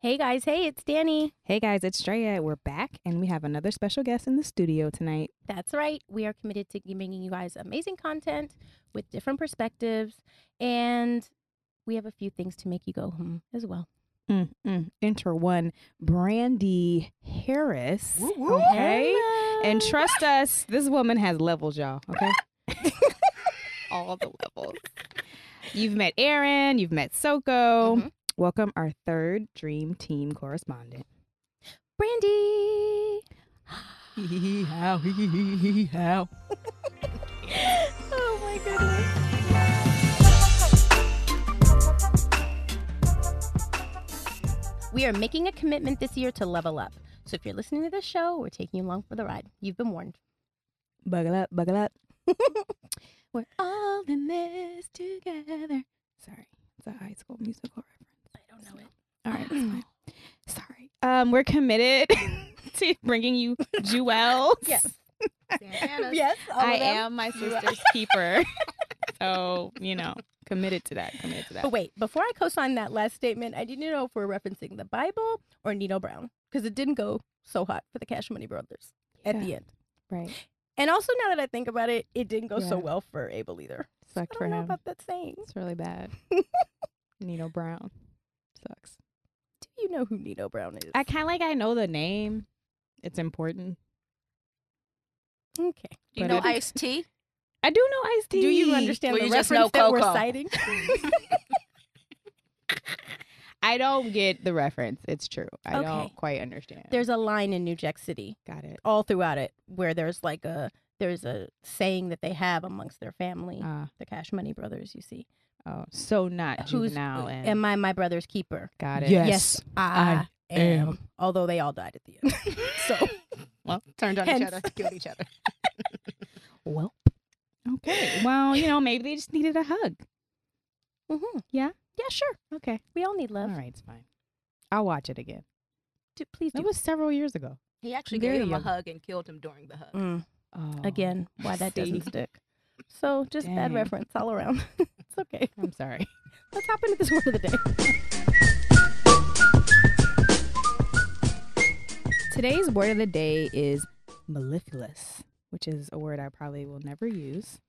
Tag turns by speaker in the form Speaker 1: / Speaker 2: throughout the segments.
Speaker 1: Hey guys, hey, it's Danny.
Speaker 2: Hey guys, it's Drea. We're back and we have another special guest in the studio tonight.
Speaker 1: That's right. We are committed to bringing you guys amazing content with different perspectives, and we have a few things to make you go home as well.
Speaker 2: Mm-mm. Mm, Enter one, Brandy Harris.
Speaker 1: woo.
Speaker 2: Okay. And trust us, this woman has levels, y'all. Okay. All the levels. You've met Aaron, you've met Soko.
Speaker 1: Mhm.
Speaker 2: Welcome our third Dream Team correspondent.
Speaker 1: Brandy.
Speaker 2: how, how.
Speaker 1: Oh my goodness. We are making a commitment this year to level up. So if you're listening to this show, we're taking you along for the ride. You've been warned.
Speaker 2: Buckle up, buckle up.
Speaker 1: We're all in this
Speaker 2: together. Sorry, it's a high school musical reference.
Speaker 1: I don't know it.
Speaker 2: All right, it's fine. Sorry. Um, we're committed to bringing you jewels.
Speaker 1: Yes.
Speaker 3: Yes,
Speaker 2: I am my sister's keeper. so, you know, committed to that. Committed to that.
Speaker 1: But wait, before I co-sign that last statement, I didn't know if we're referencing the Bible or Nino Brown because it didn't go so hot for the Cash Money Brothers at the e-, end.
Speaker 2: Right.
Speaker 1: And also, now that I think about it, it didn't go so
Speaker 2: Yeah.
Speaker 1: well for Abel either.
Speaker 2: Sucked
Speaker 1: I
Speaker 2: for
Speaker 1: don't know
Speaker 2: him.
Speaker 1: about that saying.
Speaker 2: It's really bad. Nino Brown sucks.
Speaker 1: Do you know who Nino Brown is?
Speaker 2: I kind of like I know the name. It's important.
Speaker 1: okay.
Speaker 3: You
Speaker 2: but
Speaker 3: know
Speaker 2: it-
Speaker 3: Ice T?
Speaker 2: I do know Ice T.
Speaker 1: Do you understand
Speaker 3: Well,
Speaker 1: the
Speaker 3: you just
Speaker 1: reference
Speaker 3: know
Speaker 1: that we're
Speaker 3: Coco.
Speaker 1: citing?
Speaker 2: I don't get the reference. It's true. I
Speaker 1: Okay.
Speaker 2: don't quite understand.
Speaker 1: There's a line in New Jack City
Speaker 2: got it.
Speaker 1: all throughout it where there's like a there's a saying that they have amongst their family,
Speaker 2: Uh,
Speaker 1: the Cash Money Brothers. You see,
Speaker 2: oh, so not
Speaker 1: who's uh,
Speaker 2: juvenile and
Speaker 1: am I my brother's keeper?
Speaker 2: got it.
Speaker 1: Yes, I, am.
Speaker 2: am.
Speaker 1: Although they all died at the end. so
Speaker 2: Well, turned on
Speaker 1: each Hence. other,
Speaker 2: killed each other. well, okay. Well, you know, maybe they just needed a hug.
Speaker 1: mhm.
Speaker 2: Yeah?
Speaker 1: yeah, sure.
Speaker 2: Okay.
Speaker 1: We all need
Speaker 2: All
Speaker 1: love.
Speaker 2: right, it's fine. I'll watch it again.
Speaker 1: Do- please do.
Speaker 2: That was several years ago.
Speaker 3: He actually
Speaker 2: There
Speaker 3: gave him
Speaker 2: you
Speaker 3: a
Speaker 2: go.
Speaker 3: hug and killed him during the hug.
Speaker 1: Mm,
Speaker 2: Oh,
Speaker 1: again, why that
Speaker 2: See.
Speaker 1: doesn't stick. So just bad
Speaker 2: Dang.
Speaker 1: reference all around. it's okay.
Speaker 2: I'm sorry.
Speaker 1: Let's hop into this word of the day.
Speaker 2: Today's word of the day is mellifluous, which is a word I probably will never use,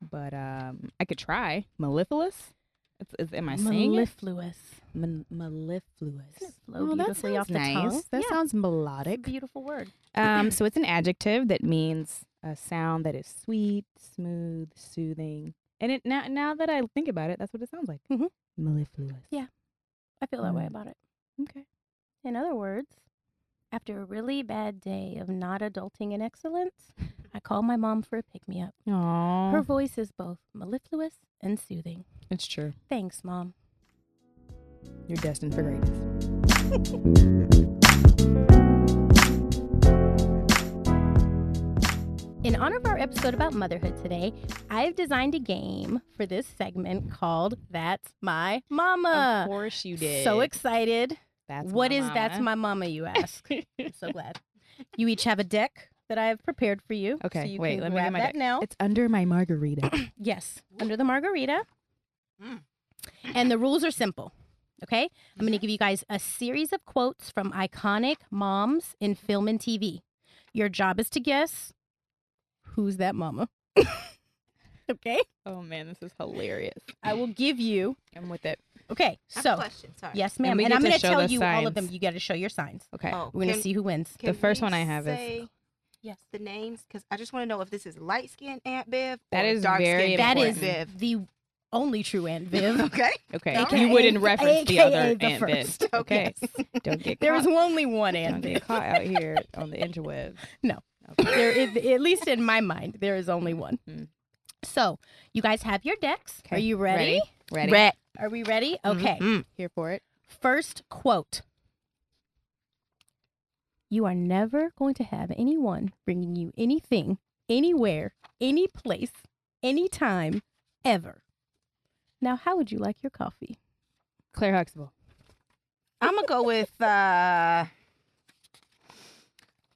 Speaker 2: but um, I could try. Mellifluous? It's, is, am I saying it?
Speaker 1: Mellifluous.
Speaker 2: Mel- mellifluous.
Speaker 1: Doesn't it flow beautifully off the tongue?
Speaker 2: That
Speaker 1: Yeah.
Speaker 2: sounds
Speaker 1: It's a
Speaker 2: melodic.
Speaker 1: beautiful word.
Speaker 2: Um, so it's an adjective that means a sound that is sweet, smooth, soothing. And it now now that I think about it, that's what it sounds like.
Speaker 1: Mhm.
Speaker 2: Mellifluous.
Speaker 1: Yeah. I feel that way
Speaker 2: Mm.
Speaker 1: about it.
Speaker 2: Okay.
Speaker 1: In other words, after a really bad day of not adulting in excellence, I call my mom for a pick me up.
Speaker 2: Aww.
Speaker 1: Her voice is both mellifluous and soothing.
Speaker 2: It's true.
Speaker 1: Thanks, mom.
Speaker 2: You're destined for greatness.
Speaker 1: In honor of our episode about motherhood today, I've designed a game for this segment called That's My
Speaker 2: of
Speaker 1: Mama.
Speaker 2: course you did.
Speaker 1: So excited.
Speaker 2: that's
Speaker 1: what
Speaker 2: my
Speaker 1: is That's
Speaker 2: mama.
Speaker 1: My Mama, you ask? I'm so glad. You each have a deck that I have prepared for you.
Speaker 2: Okay,
Speaker 1: so you
Speaker 2: wait,
Speaker 1: can
Speaker 2: let me get
Speaker 1: grab
Speaker 2: my
Speaker 1: that
Speaker 2: deck.
Speaker 1: now.
Speaker 2: It's under my margarita.
Speaker 1: yes, under the margarita.
Speaker 3: Mm.
Speaker 1: And the rules are simple. Okay? I'm going to give you guys a series of quotes from iconic moms in film and TV. Your job is to guess who's that mama. okay?
Speaker 2: oh man, this is hilarious.
Speaker 1: I will give you.
Speaker 2: I'm with it.
Speaker 1: Okay,
Speaker 3: I have a
Speaker 1: so
Speaker 3: question. Sorry.
Speaker 1: yes,
Speaker 2: And
Speaker 1: ma'am.
Speaker 2: we
Speaker 1: And,
Speaker 2: get
Speaker 1: I'm
Speaker 2: to
Speaker 1: going to
Speaker 2: show
Speaker 1: tell
Speaker 2: the
Speaker 1: you all of them.
Speaker 2: signs.
Speaker 1: You got to show your signs.
Speaker 2: Okay.
Speaker 3: Oh,
Speaker 1: We're going to
Speaker 3: can-
Speaker 1: see who wins.
Speaker 3: can
Speaker 2: The first
Speaker 3: we
Speaker 2: one I have is-
Speaker 3: say
Speaker 1: Yes,
Speaker 3: the names because I just want to know if this is light skinned Aunt Viv.
Speaker 2: That
Speaker 3: or
Speaker 2: is
Speaker 3: dark-skinned
Speaker 2: very
Speaker 1: that is
Speaker 3: Aunt
Speaker 1: the only true Aunt
Speaker 3: Viv.
Speaker 1: Viv.
Speaker 3: okay.
Speaker 2: Okay.
Speaker 1: AKA
Speaker 2: you wouldn't reference the
Speaker 1: AKA
Speaker 2: other
Speaker 1: the
Speaker 2: Aunt Viv.
Speaker 1: first.
Speaker 2: Okay. Don't get
Speaker 1: There
Speaker 2: caught.
Speaker 1: is only one Aunt
Speaker 2: Don't
Speaker 1: Viv.
Speaker 2: get caught out here on the interwebs.
Speaker 1: No.
Speaker 2: Okay.
Speaker 1: there is, at least in my mind, there is only one.
Speaker 2: Mm.
Speaker 1: So, you guys have your decks. Are
Speaker 2: Okay.
Speaker 1: you ready?
Speaker 2: Ready? Mm-hmm.
Speaker 1: Are we ready? Okay.
Speaker 3: Mhm.
Speaker 2: Here for it.
Speaker 1: First quote You are never going to have anyone bringing you anything, anywhere, any place, anytime, ever. Now, how would you like your coffee?
Speaker 2: Claire Huxtable.
Speaker 3: I'm gonna go with. uh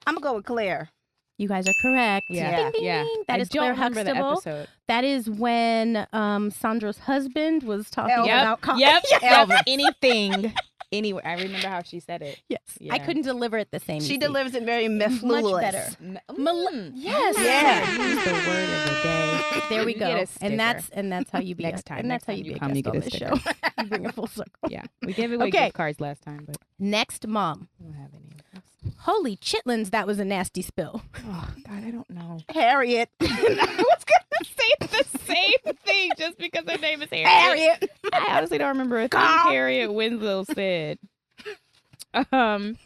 Speaker 3: I'm gonna go with Claire.
Speaker 1: You guys are correct.
Speaker 2: Yeah,
Speaker 1: Ding, ding,
Speaker 2: yeah.
Speaker 1: ding. That
Speaker 2: I
Speaker 1: is
Speaker 2: don't
Speaker 1: Claire
Speaker 2: remember the
Speaker 1: Huxtable.
Speaker 2: episode.
Speaker 1: That is when um, Sandra's husband was talking
Speaker 3: Elvin.
Speaker 1: about coffee.
Speaker 2: Yep.
Speaker 3: Elvis.
Speaker 2: Anything anywhere. I remember how she said it.
Speaker 1: Yes.
Speaker 2: Yeah.
Speaker 1: I couldn't deliver it the same.
Speaker 3: She
Speaker 1: easy.
Speaker 3: delivers it very
Speaker 1: Much
Speaker 3: mellifluous.
Speaker 1: better.
Speaker 2: M-
Speaker 1: Mal-
Speaker 2: mm.
Speaker 1: Yes.
Speaker 3: Yeah.
Speaker 2: Use the word of the day.
Speaker 1: There we
Speaker 2: You get
Speaker 1: go.
Speaker 2: a sticker.
Speaker 1: And that's and that's how you be
Speaker 2: Next
Speaker 1: a-
Speaker 2: time,
Speaker 1: And
Speaker 2: next
Speaker 1: that's how
Speaker 2: time
Speaker 1: you
Speaker 2: you
Speaker 1: be
Speaker 2: come, you
Speaker 1: a guest
Speaker 2: get
Speaker 1: on
Speaker 2: a
Speaker 1: this show.
Speaker 2: sticker.
Speaker 1: you bring a full circle.
Speaker 2: Yeah, we gave away
Speaker 1: Okay.
Speaker 2: gift cards last time, but
Speaker 1: Next mom.
Speaker 2: we don't have any. of those.
Speaker 1: Holy chitlins, that was a nasty spill.
Speaker 2: Oh God, I don't know.
Speaker 3: Harriet.
Speaker 2: I was gonna say the same thing just because her name is Harriet.
Speaker 3: Harriet.
Speaker 2: I honestly don't remember a thing
Speaker 3: God.
Speaker 2: Harriet Winslow said. Um,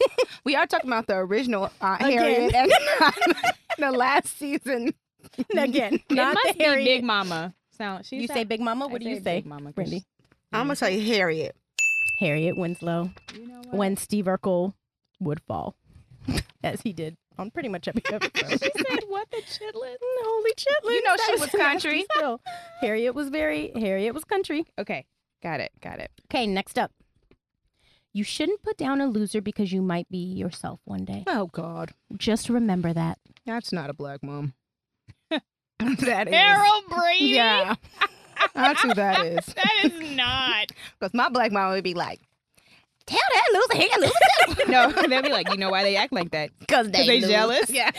Speaker 3: We are talking about the original Aunt
Speaker 1: Again.
Speaker 3: Harriet and not the last season.
Speaker 1: Again,
Speaker 2: it
Speaker 1: not
Speaker 2: must
Speaker 1: the
Speaker 2: be
Speaker 1: Harriet.
Speaker 2: Big Mama. Sound she
Speaker 1: you
Speaker 2: sound-
Speaker 1: say Big Mama? What
Speaker 2: I
Speaker 1: do you
Speaker 2: Big
Speaker 1: say?
Speaker 2: Mama? 'cause
Speaker 1: Brandy?
Speaker 3: I'm gonna say Harriet.
Speaker 1: Harriet Winslow.
Speaker 2: she- you know what?
Speaker 1: When Steve Urkel would fall, as he did on pretty much every episode.
Speaker 2: she said what the chitlin.
Speaker 1: Holy chitlins.
Speaker 3: You know
Speaker 1: that
Speaker 3: she
Speaker 1: a
Speaker 3: was
Speaker 1: nasty
Speaker 3: country.
Speaker 1: spill. Harriet was very Harriet was country.
Speaker 2: Okay, got it, got it.
Speaker 1: Okay, next up. You shouldn't put down a loser because you might be yourself one day.
Speaker 3: Oh God,
Speaker 1: Just remember that.
Speaker 3: that's not a black mom. that is.
Speaker 2: Harold Brady.
Speaker 3: Yeah, that's who that is.
Speaker 2: That is not.
Speaker 3: Because my black mom would be like, "Tell that loser he can lose too."
Speaker 2: No, they'll be like, you know why they act like that?
Speaker 3: because
Speaker 2: Because they jealous.
Speaker 3: Yeah,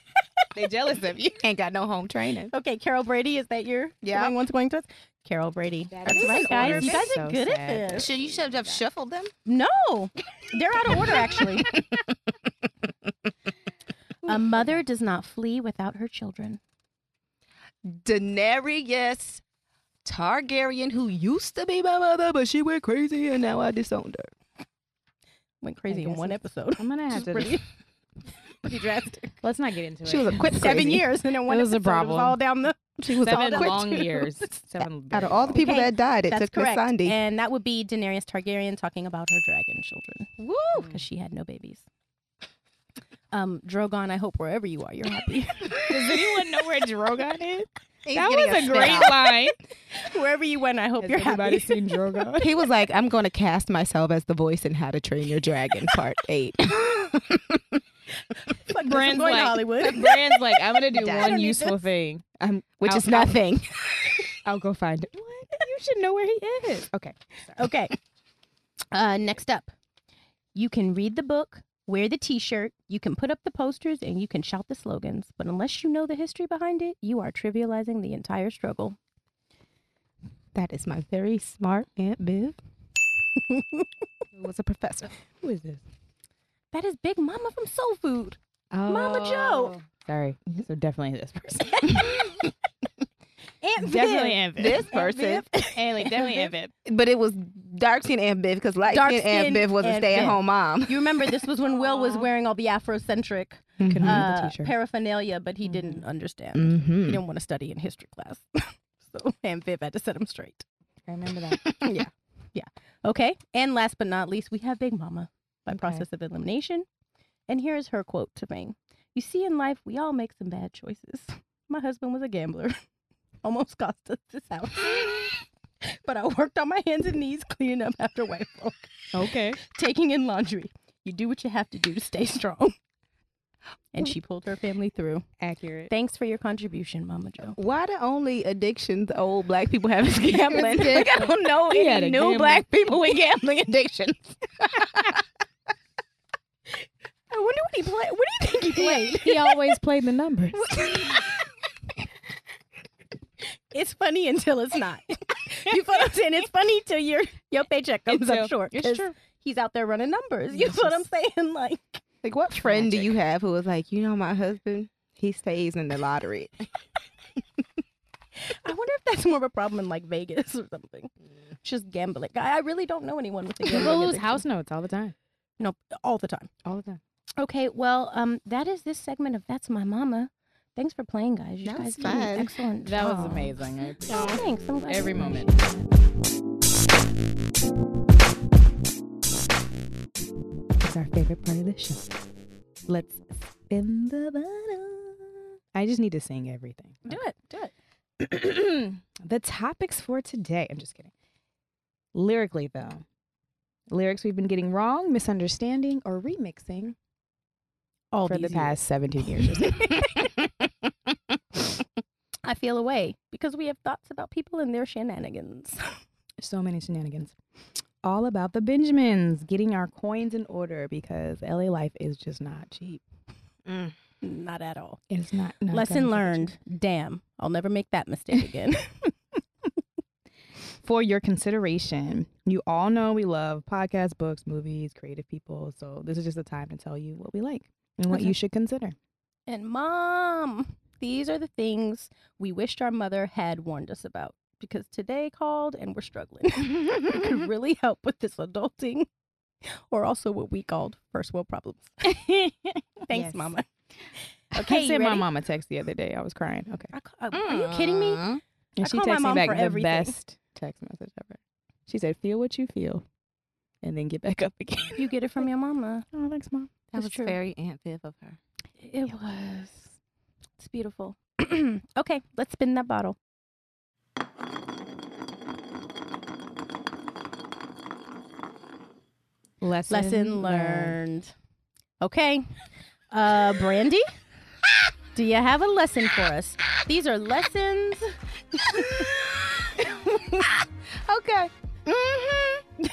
Speaker 2: They jealous of you.
Speaker 3: ain't got no home training.
Speaker 1: Okay, Carol Brady, is that your
Speaker 3: Yeah.
Speaker 1: the one's going to us? Carol Brady.
Speaker 2: That
Speaker 1: That's
Speaker 2: is
Speaker 1: right,
Speaker 2: an
Speaker 1: guys.
Speaker 2: order.
Speaker 1: You guys
Speaker 2: So
Speaker 1: are good
Speaker 2: sad.
Speaker 1: at this.
Speaker 3: Should you should have shuffled them?
Speaker 1: No, they're out of order, actually. a mother does not flee without her children.
Speaker 3: Daenerys Targaryen, who used to be my mother, but she went crazy and now I disowned her.
Speaker 1: Went
Speaker 2: crazy in one
Speaker 1: episode.
Speaker 2: I'm gonna have to.
Speaker 1: pretty, pretty drastic.
Speaker 2: Let's not get into it.
Speaker 3: She was a quick
Speaker 1: Seven
Speaker 3: crazy.
Speaker 1: years, and then one
Speaker 2: It was a
Speaker 1: episode, it was
Speaker 2: problem.
Speaker 1: all down the.
Speaker 2: She was
Speaker 1: all
Speaker 2: seven
Speaker 1: that quick
Speaker 2: long
Speaker 1: to do.
Speaker 2: years. Seven
Speaker 3: Out
Speaker 2: very
Speaker 3: of all the
Speaker 2: long.
Speaker 3: people
Speaker 1: Okay,
Speaker 3: that died, it
Speaker 1: That's
Speaker 3: took Miss
Speaker 1: correct.
Speaker 3: Sandy.
Speaker 1: And that would be Daenerys Targaryen talking about her dragon children
Speaker 3: Woo!
Speaker 1: because she had no babies. Um, Drogon, I hope wherever you are, you're happy.
Speaker 2: Does anyone know where Drogon is?
Speaker 3: He's
Speaker 2: that
Speaker 3: getting
Speaker 2: was a
Speaker 3: spit
Speaker 2: great
Speaker 3: out.
Speaker 2: line.
Speaker 1: wherever you went, I hope
Speaker 2: Has
Speaker 1: you're happy.
Speaker 2: anybody seen Drogon?
Speaker 3: He was like, I'm going to cast myself as the voice in How to Train Your Dragon, Part 8.
Speaker 1: Fuck this, I'm
Speaker 2: Brand's
Speaker 1: going to
Speaker 2: like-
Speaker 1: Hollywood.
Speaker 2: Brand's like, I'm gonna do
Speaker 3: Dad. I
Speaker 1: don't
Speaker 2: one
Speaker 1: need
Speaker 2: useful
Speaker 1: this.
Speaker 2: thing. I'm,
Speaker 3: Which
Speaker 2: I'll-
Speaker 3: is nothing.
Speaker 2: I'll, I'll go find it. What? You should know where he is. Okay.
Speaker 1: Okay. Uh, next up, you can read the book, wear the T-shirt, you can put up the posters, and you can shout the slogans. But unless you know the history behind it, you are trivializing the entire struggle.
Speaker 3: That is my very smart Aunt Biv. Who was a professor.
Speaker 2: Who is this?
Speaker 1: That is Big Mama from Soul Food.
Speaker 2: Oh.
Speaker 1: Mama Joe.
Speaker 2: Sorry. So definitely this person.
Speaker 1: Aunt
Speaker 2: definitely
Speaker 1: Viv.
Speaker 2: Aunt Viv.
Speaker 3: This person.
Speaker 2: And like definitely Aunt Viv.
Speaker 3: But it was dark skin Aunt Biv because light skin Aunt
Speaker 1: Dark-skinned
Speaker 3: Biv was a
Speaker 1: Aunt
Speaker 3: stay at home mom.
Speaker 1: You remember this was when Will was
Speaker 2: Aw.
Speaker 1: wearing all the Afrocentric
Speaker 2: Couldn't
Speaker 3: Mhm.
Speaker 2: remember the Mm-hmm.
Speaker 1: uh,
Speaker 2: t-shirt.
Speaker 1: paraphernalia, but he didn't understand. He
Speaker 3: Mhm.
Speaker 1: didn't want to study in history class. so Aunt Viv had to set him straight.
Speaker 2: I remember that.
Speaker 1: Okay. And last but not least, we have Big Mama by
Speaker 2: Okay.
Speaker 1: process of elimination. And here is her quote to me You see, in life, we all make some bad choices. My husband was a gambler, almost cost us this house. but I worked on my hands and knees cleaning up after white folk,
Speaker 2: Okay.
Speaker 1: taking in laundry. You do what you have to do to stay strong. And she pulled her family through.
Speaker 2: Accurate.
Speaker 1: Thanks for your contribution, Mama Joe.
Speaker 3: Why the only addiction the old black people have is gambling? like, I don't know
Speaker 2: We
Speaker 3: any
Speaker 2: had a
Speaker 3: new
Speaker 2: gambling-
Speaker 3: black people with gambling addictions.
Speaker 1: I wonder what he played. What do you think he played?
Speaker 2: He always played the numbers.
Speaker 1: it's funny until it's not. you feel what I'm saying? It's funny till your your paycheck comes
Speaker 2: Until-
Speaker 1: up short.
Speaker 2: It's
Speaker 1: 'cause
Speaker 2: true.
Speaker 1: He's out there running numbers. You feel what I'm saying? Like
Speaker 3: Like, what friend do you have who was like, you know, my husband, he stays in the lottery.
Speaker 1: I wonder if that's more of a problem in like Vegas or something. Just gambling. I, I really don't know anyone with a gambling
Speaker 2: People lose
Speaker 1: addiction.
Speaker 2: house notes all the time.
Speaker 1: No, all the time.
Speaker 2: All the time.
Speaker 1: Okay, well, um, that is this segment of That's My Mama. Thanks for playing, guys. You
Speaker 3: That
Speaker 1: guys
Speaker 3: was
Speaker 1: did an
Speaker 3: fun.
Speaker 1: excellent.
Speaker 2: That was
Speaker 1: job.
Speaker 2: amazing. I appreciate
Speaker 1: Oh,
Speaker 2: it.
Speaker 1: thanks. I'm glad
Speaker 2: Every
Speaker 1: you-
Speaker 2: moment. It's our favorite part of the show. Let's spin the bottle. I just need to sing everything.
Speaker 1: Do it. Do it.
Speaker 2: the topics for today. I'm just kidding. Lyrically, though, lyrics we've been getting wrong, misunderstanding, or remixing
Speaker 1: All
Speaker 2: for the
Speaker 1: these
Speaker 2: past 17 years. or so.
Speaker 1: I feel away because we have thoughts about people and their shenanigans.
Speaker 2: so many shenanigans. all about the Benjamins, getting our coins in order because LA life is just not cheap.
Speaker 1: Not at all.
Speaker 2: It's not. not
Speaker 1: Lesson
Speaker 2: gonna be cheap.
Speaker 1: learned. Damn, I'll never make that mistake again.
Speaker 2: for your consideration. You all know we love podcasts, books, movies, creative people. So this is just a time to tell you what we like and what
Speaker 1: Okay.
Speaker 2: you should consider.
Speaker 1: and mom, these are the things we wished our mother had warned us about because today called and we're struggling. it could really help with this adulting or also what we called first world problems. Thanks,
Speaker 3: Yes.
Speaker 1: mama.
Speaker 2: Okay,
Speaker 1: you
Speaker 2: I sent my
Speaker 1: ready?
Speaker 2: mama Mm. a text the other day. I was crying. Okay,
Speaker 1: I ca- uh, Are you kidding
Speaker 3: Mm-hmm.
Speaker 1: me?
Speaker 2: and
Speaker 1: I
Speaker 2: she
Speaker 1: call my
Speaker 2: texted me
Speaker 1: mom
Speaker 2: back
Speaker 1: for
Speaker 2: the
Speaker 1: everything.
Speaker 2: best text message ever. She said, "Feel what you feel, and then get back up again."
Speaker 1: You get it from your mama.
Speaker 2: oh, thanks, mom.
Speaker 3: That
Speaker 1: That's
Speaker 3: was
Speaker 1: true.
Speaker 3: very Aunt Viv of her.
Speaker 1: It was. It's beautiful. okay, let's spin that bottle.
Speaker 2: Lesson,
Speaker 1: Lesson learned. Okay. Uh Brandy, do you have a lesson for us? These are lessons.
Speaker 3: Okay.
Speaker 1: Mm-hmm.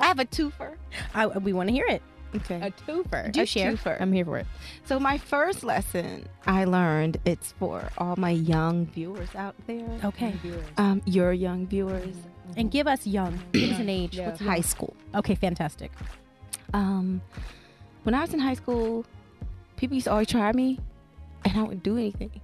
Speaker 3: I have a twofer.
Speaker 1: I, we want to hear it.
Speaker 3: Okay.
Speaker 2: A twofer.
Speaker 1: Do
Speaker 3: a
Speaker 1: share.
Speaker 3: twofer.
Speaker 2: I'm here for it.
Speaker 3: So my first lesson I learned it's for all my young viewers out there.
Speaker 1: Okay.
Speaker 3: Um, your young viewers,
Speaker 1: And give us young. Give us an age.
Speaker 2: Yeah.
Speaker 1: What's young?
Speaker 3: high school.
Speaker 1: Okay, fantastic.
Speaker 3: Um, when I was in high school, people used to always try me, and I wouldn't do anything.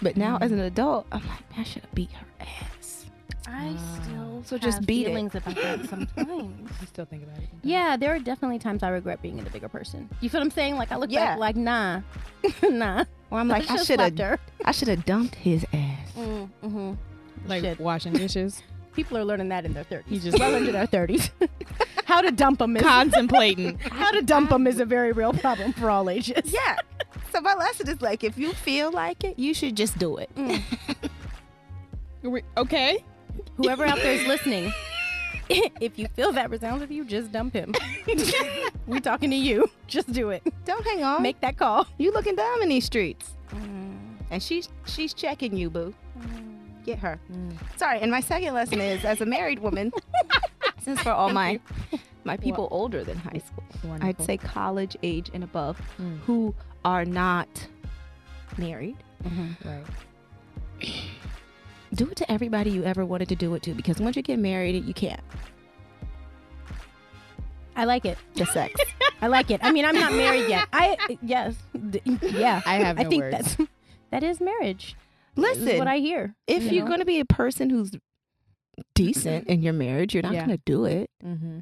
Speaker 3: But now, as an adult, I'm like, man, I should have beat her ass.
Speaker 1: I still
Speaker 3: So just beat it.
Speaker 1: feelings about that sometimes.
Speaker 2: You still think about it.
Speaker 1: yeah, there are definitely times I regret being the bigger person. You feel what I'm saying? Like I look
Speaker 3: Yeah.
Speaker 1: back like nah, nah.
Speaker 3: Or I'm like, I should
Speaker 1: slapped
Speaker 3: have,
Speaker 1: her.
Speaker 3: I should have dumped his ass.
Speaker 1: Mm, mhm.
Speaker 2: Like
Speaker 1: Shit.
Speaker 2: washing dishes,
Speaker 1: People are learning that in their 30s.
Speaker 2: You just-
Speaker 1: well into their 30s. How to dump them is
Speaker 2: contemplating.
Speaker 1: how to dump them is a very real problem for all ages.
Speaker 3: Yeah. So my lesson is like, if you feel like it, you should just do it.
Speaker 2: We- okay.
Speaker 1: Whoever out there is listening, if you feel that resounds with you, just dump him. we talking to you. Just do it.
Speaker 3: Don't hang on.
Speaker 1: Make that call.
Speaker 3: you looking dumb in these streets.
Speaker 1: Mm.
Speaker 3: And she's she's checking you, boo. Get her. Sorry. And my second lesson is, as a married woman, since for all my my people older than high school, I'd
Speaker 2: Wonderful.
Speaker 3: say college age and above,
Speaker 2: Mm.
Speaker 3: who are not married,
Speaker 2: Right.
Speaker 3: do it to everybody you ever wanted to do it to. Because once you get married, you can't.
Speaker 1: I like it.
Speaker 3: The sex.
Speaker 1: I like it. I mean, I'm not married yet. I yes, D- yeah.
Speaker 2: I have
Speaker 1: I
Speaker 2: no
Speaker 1: think
Speaker 2: words.
Speaker 1: that's that is marriage. This
Speaker 3: Listen.
Speaker 1: is what I hear.
Speaker 3: if
Speaker 1: you
Speaker 3: you are
Speaker 1: know?
Speaker 3: going to be a person who's decent in your marriage, you're not
Speaker 2: Yeah.
Speaker 3: going to do it.
Speaker 2: Mm-hmm.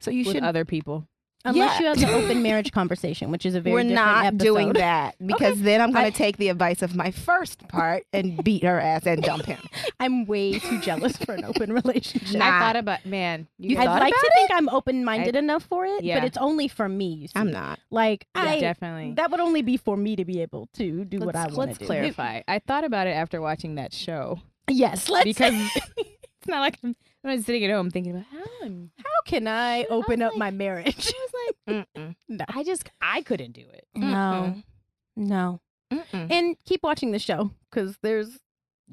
Speaker 3: So you
Speaker 2: With
Speaker 3: should.
Speaker 2: other people.
Speaker 1: unless
Speaker 3: yeah.
Speaker 1: you have the open marriage conversation, which is a very
Speaker 3: We're
Speaker 1: different
Speaker 3: not
Speaker 1: episode.
Speaker 3: doing that because then I'm going
Speaker 1: I-
Speaker 3: to take the advice of my first part and beat her ass and dump him.
Speaker 1: I'm way too jealous for an open relationship.
Speaker 3: Nah.
Speaker 2: I thought about man. You,
Speaker 3: You
Speaker 1: I'd
Speaker 3: thought
Speaker 1: like to
Speaker 3: about
Speaker 1: think I'm open minded enough for it,
Speaker 2: Yeah.
Speaker 1: but it's only for me. You see.
Speaker 3: I'm not.
Speaker 1: like
Speaker 2: Yeah,
Speaker 1: I
Speaker 2: definitely.
Speaker 1: that would only be for me to be able to do what I
Speaker 3: Let's-
Speaker 1: want
Speaker 3: let's
Speaker 1: to do.
Speaker 2: clarify. I thought about it after watching that show
Speaker 1: Yes, let's.
Speaker 2: because it's not like I'm, I'm just sitting at home thinking about how. I'm,
Speaker 1: how can I open
Speaker 2: I
Speaker 1: up
Speaker 2: was
Speaker 1: my
Speaker 2: I
Speaker 1: marriage?
Speaker 2: was like,
Speaker 3: Mm-mm.
Speaker 1: No,
Speaker 2: I just I couldn't do it.
Speaker 1: no, no.
Speaker 3: Mm-mm.
Speaker 1: And keep watching the show because there's.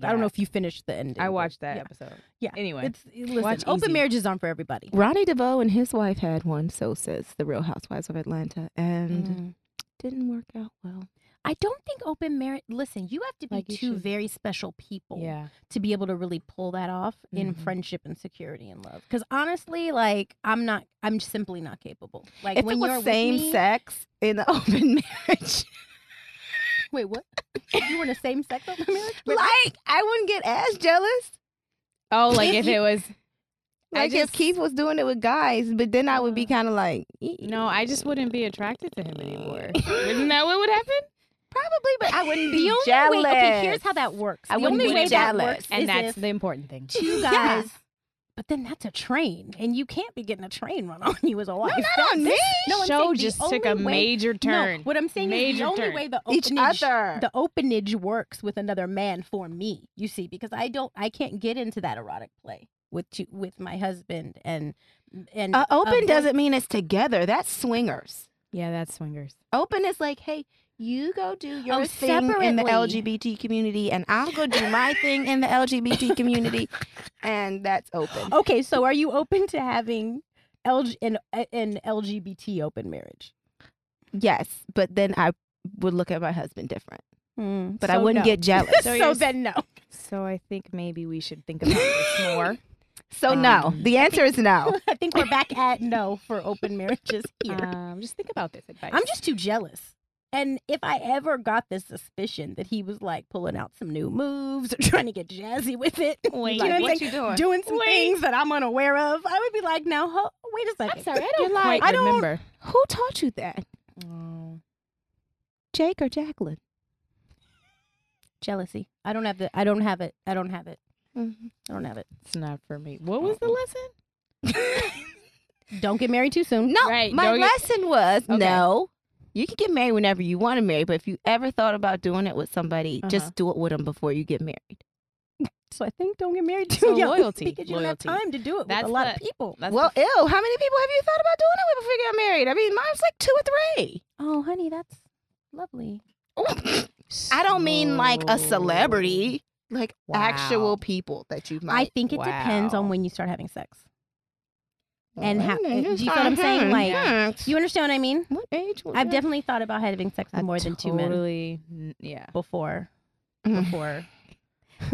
Speaker 1: I don't know
Speaker 2: Yeah.
Speaker 1: if you finished the ending.
Speaker 2: I
Speaker 1: but
Speaker 2: watched that
Speaker 1: yeah.
Speaker 2: episode.
Speaker 1: Yeah.
Speaker 2: Anyway,
Speaker 1: It's eh, listen,
Speaker 2: Watch
Speaker 1: open
Speaker 2: Easy.
Speaker 1: marriages aren't for everybody.
Speaker 3: Ronnie DeVoe and his wife had one, so says the Real Housewives of Atlanta, and
Speaker 1: Mm.
Speaker 3: didn't work out well.
Speaker 1: I don't think open marriage. Listen, you have to be
Speaker 2: Like you
Speaker 1: two
Speaker 2: should.
Speaker 1: very special people
Speaker 2: yeah,
Speaker 1: to be able to really pull that off in
Speaker 2: Mhm.
Speaker 3: Mm-hmm.
Speaker 1: friendship and security and love. Because honestly, like I'm not, I'm simply not capable. Like
Speaker 3: if
Speaker 1: when
Speaker 3: it
Speaker 1: you're
Speaker 3: was
Speaker 1: with
Speaker 3: same
Speaker 1: me-
Speaker 3: sex in the open marriage,
Speaker 1: Wait, what? you were in a same sex open marriage? Wait,
Speaker 3: like I wouldn't get as jealous.
Speaker 2: Oh, like if it was I
Speaker 3: Like if
Speaker 2: just-
Speaker 3: Keith was doing it with guys, but then I would
Speaker 1: Uh-huh.
Speaker 3: be kind of like, "Eh."
Speaker 2: no, I just wouldn't be attracted to him anymore. Isn't that what would happen?
Speaker 3: Probably, but I wouldn't be
Speaker 1: the only
Speaker 3: jealous.
Speaker 1: way. Okay, here's how that works.
Speaker 3: I
Speaker 1: the
Speaker 3: wouldn't
Speaker 1: only
Speaker 3: be
Speaker 1: way that
Speaker 3: jealous.
Speaker 1: works
Speaker 2: And
Speaker 1: is
Speaker 2: that's
Speaker 1: if
Speaker 2: the important thing.
Speaker 1: two
Speaker 3: Yeah.
Speaker 1: guys. But then that's a train, and you can't be getting a train run on you as a wife.
Speaker 3: not on me.
Speaker 1: I'm saying
Speaker 2: show
Speaker 1: the
Speaker 2: just took
Speaker 1: only
Speaker 2: a
Speaker 1: way-
Speaker 2: major turn.
Speaker 1: No, what I'm saying is the
Speaker 2: Major
Speaker 1: only
Speaker 2: turn.
Speaker 1: way the
Speaker 3: Each
Speaker 1: openage,
Speaker 3: other.
Speaker 1: the openage works with another man for me. You see, because I don't, I can't get into that erotic play with two, with my husband and and um,
Speaker 3: Uh,
Speaker 1: a
Speaker 3: open
Speaker 1: boy-
Speaker 3: doesn't mean it's together. That's swingers.
Speaker 2: yeah, that's swingers.
Speaker 3: Open is like, hey, You go do your
Speaker 1: Oh,
Speaker 3: thing in the
Speaker 1: separately.
Speaker 3: LGBT community, and I'll go do my thing in the LGBT community, and that's open.
Speaker 1: Okay, so are you open to having LG, an, an LGBT open marriage?
Speaker 3: Yes, but then I would look at my husband different, Hmm, but I wouldn't get jealous.
Speaker 1: So,
Speaker 2: you're-
Speaker 1: then no.
Speaker 2: So I think maybe we should think about this more.
Speaker 3: So no,
Speaker 2: Um,
Speaker 3: the answer is no.
Speaker 1: I think we're back at no for open marriages here.
Speaker 2: Um, just think about this advice.
Speaker 1: I'm just too jealous. And if I ever got the suspicion that he was like pulling out some new moves or trying to get jazzy with it,
Speaker 2: Wait,
Speaker 1: you know
Speaker 3: Like,
Speaker 1: what I'm
Speaker 3: what
Speaker 1: saying?
Speaker 3: you doing?
Speaker 1: doing some
Speaker 2: Wait.
Speaker 1: things that I'm unaware of, I would be like, no, ho- wait a second.
Speaker 3: I'm sorry, I
Speaker 2: You're
Speaker 3: don't
Speaker 2: quite
Speaker 3: like. I don't.
Speaker 2: remember.
Speaker 3: Who taught you that,
Speaker 2: Oh,
Speaker 3: Jake or Jacqueline?
Speaker 1: Jealousy. I don't have the. I don't have it. I don't have it.
Speaker 3: Mm-hmm.
Speaker 1: I don't have it.
Speaker 2: It's not for me. What was the lesson?
Speaker 1: Don't get married too soon.
Speaker 3: No,
Speaker 2: Right,
Speaker 3: my
Speaker 2: don't get-
Speaker 3: lesson was
Speaker 2: Okay.
Speaker 3: no. You can get married whenever you want to marry, but if you ever thought about doing it with somebody,
Speaker 2: Uh-huh.
Speaker 3: just do it with them before you get married.
Speaker 1: So I think don't get married too
Speaker 2: So
Speaker 1: young
Speaker 2: loyalty,
Speaker 1: because you don't have
Speaker 2: loyalty.
Speaker 1: time to do it
Speaker 2: That's
Speaker 1: with a lot
Speaker 2: the-
Speaker 1: of people.
Speaker 2: That's
Speaker 3: well, ew, how many people have you thought about doing it with before you got married? I mean, mine's like two or
Speaker 1: Oh, honey, that's lovely.
Speaker 3: three. I don't mean like a celebrity, like
Speaker 2: Wow.
Speaker 3: actual people that you
Speaker 1: I
Speaker 3: might.
Speaker 1: think it depends on
Speaker 2: Wow.
Speaker 1: when you start having sex. and ha-
Speaker 3: how?
Speaker 1: do you feel what I'm saying? Like, You understand what I mean?
Speaker 3: what age? was
Speaker 1: I've
Speaker 3: that?
Speaker 1: definitely thought about having sex with more than two men
Speaker 2: men. Yeah.
Speaker 1: before.
Speaker 3: Mm.
Speaker 1: Before.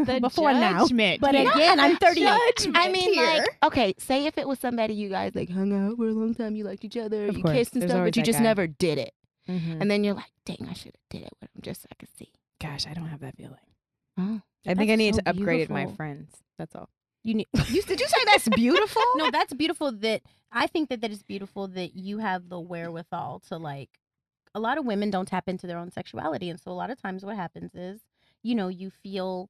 Speaker 2: The
Speaker 1: Before now.
Speaker 2: judgment.
Speaker 1: But
Speaker 2: Yeah.
Speaker 1: again, I'm 38.
Speaker 3: I mean, like, okay, say if it was somebody you guys like hung out for a long time, you liked each other,
Speaker 2: Of
Speaker 3: you
Speaker 2: course,
Speaker 3: kissed and
Speaker 2: there's
Speaker 3: stuff,
Speaker 2: always
Speaker 3: but you
Speaker 2: that
Speaker 3: just
Speaker 2: guy.
Speaker 3: never did it.
Speaker 2: Mhm.
Speaker 3: And then you're like, dang, I should have did it with him just so I could see.
Speaker 2: gosh, I don't have that feeling.
Speaker 3: Oh.
Speaker 2: I think I
Speaker 1: That's
Speaker 2: need
Speaker 1: so
Speaker 2: to upgrade my
Speaker 1: beautiful.
Speaker 2: friends. That's all.
Speaker 1: You need.
Speaker 3: You, did you say that's beautiful?
Speaker 1: no, that's beautiful. That I think that that is beautiful that you have the wherewithal to like. A lot of women don't tap into their own sexuality, and so a lot of times what happens is, you know, you feel.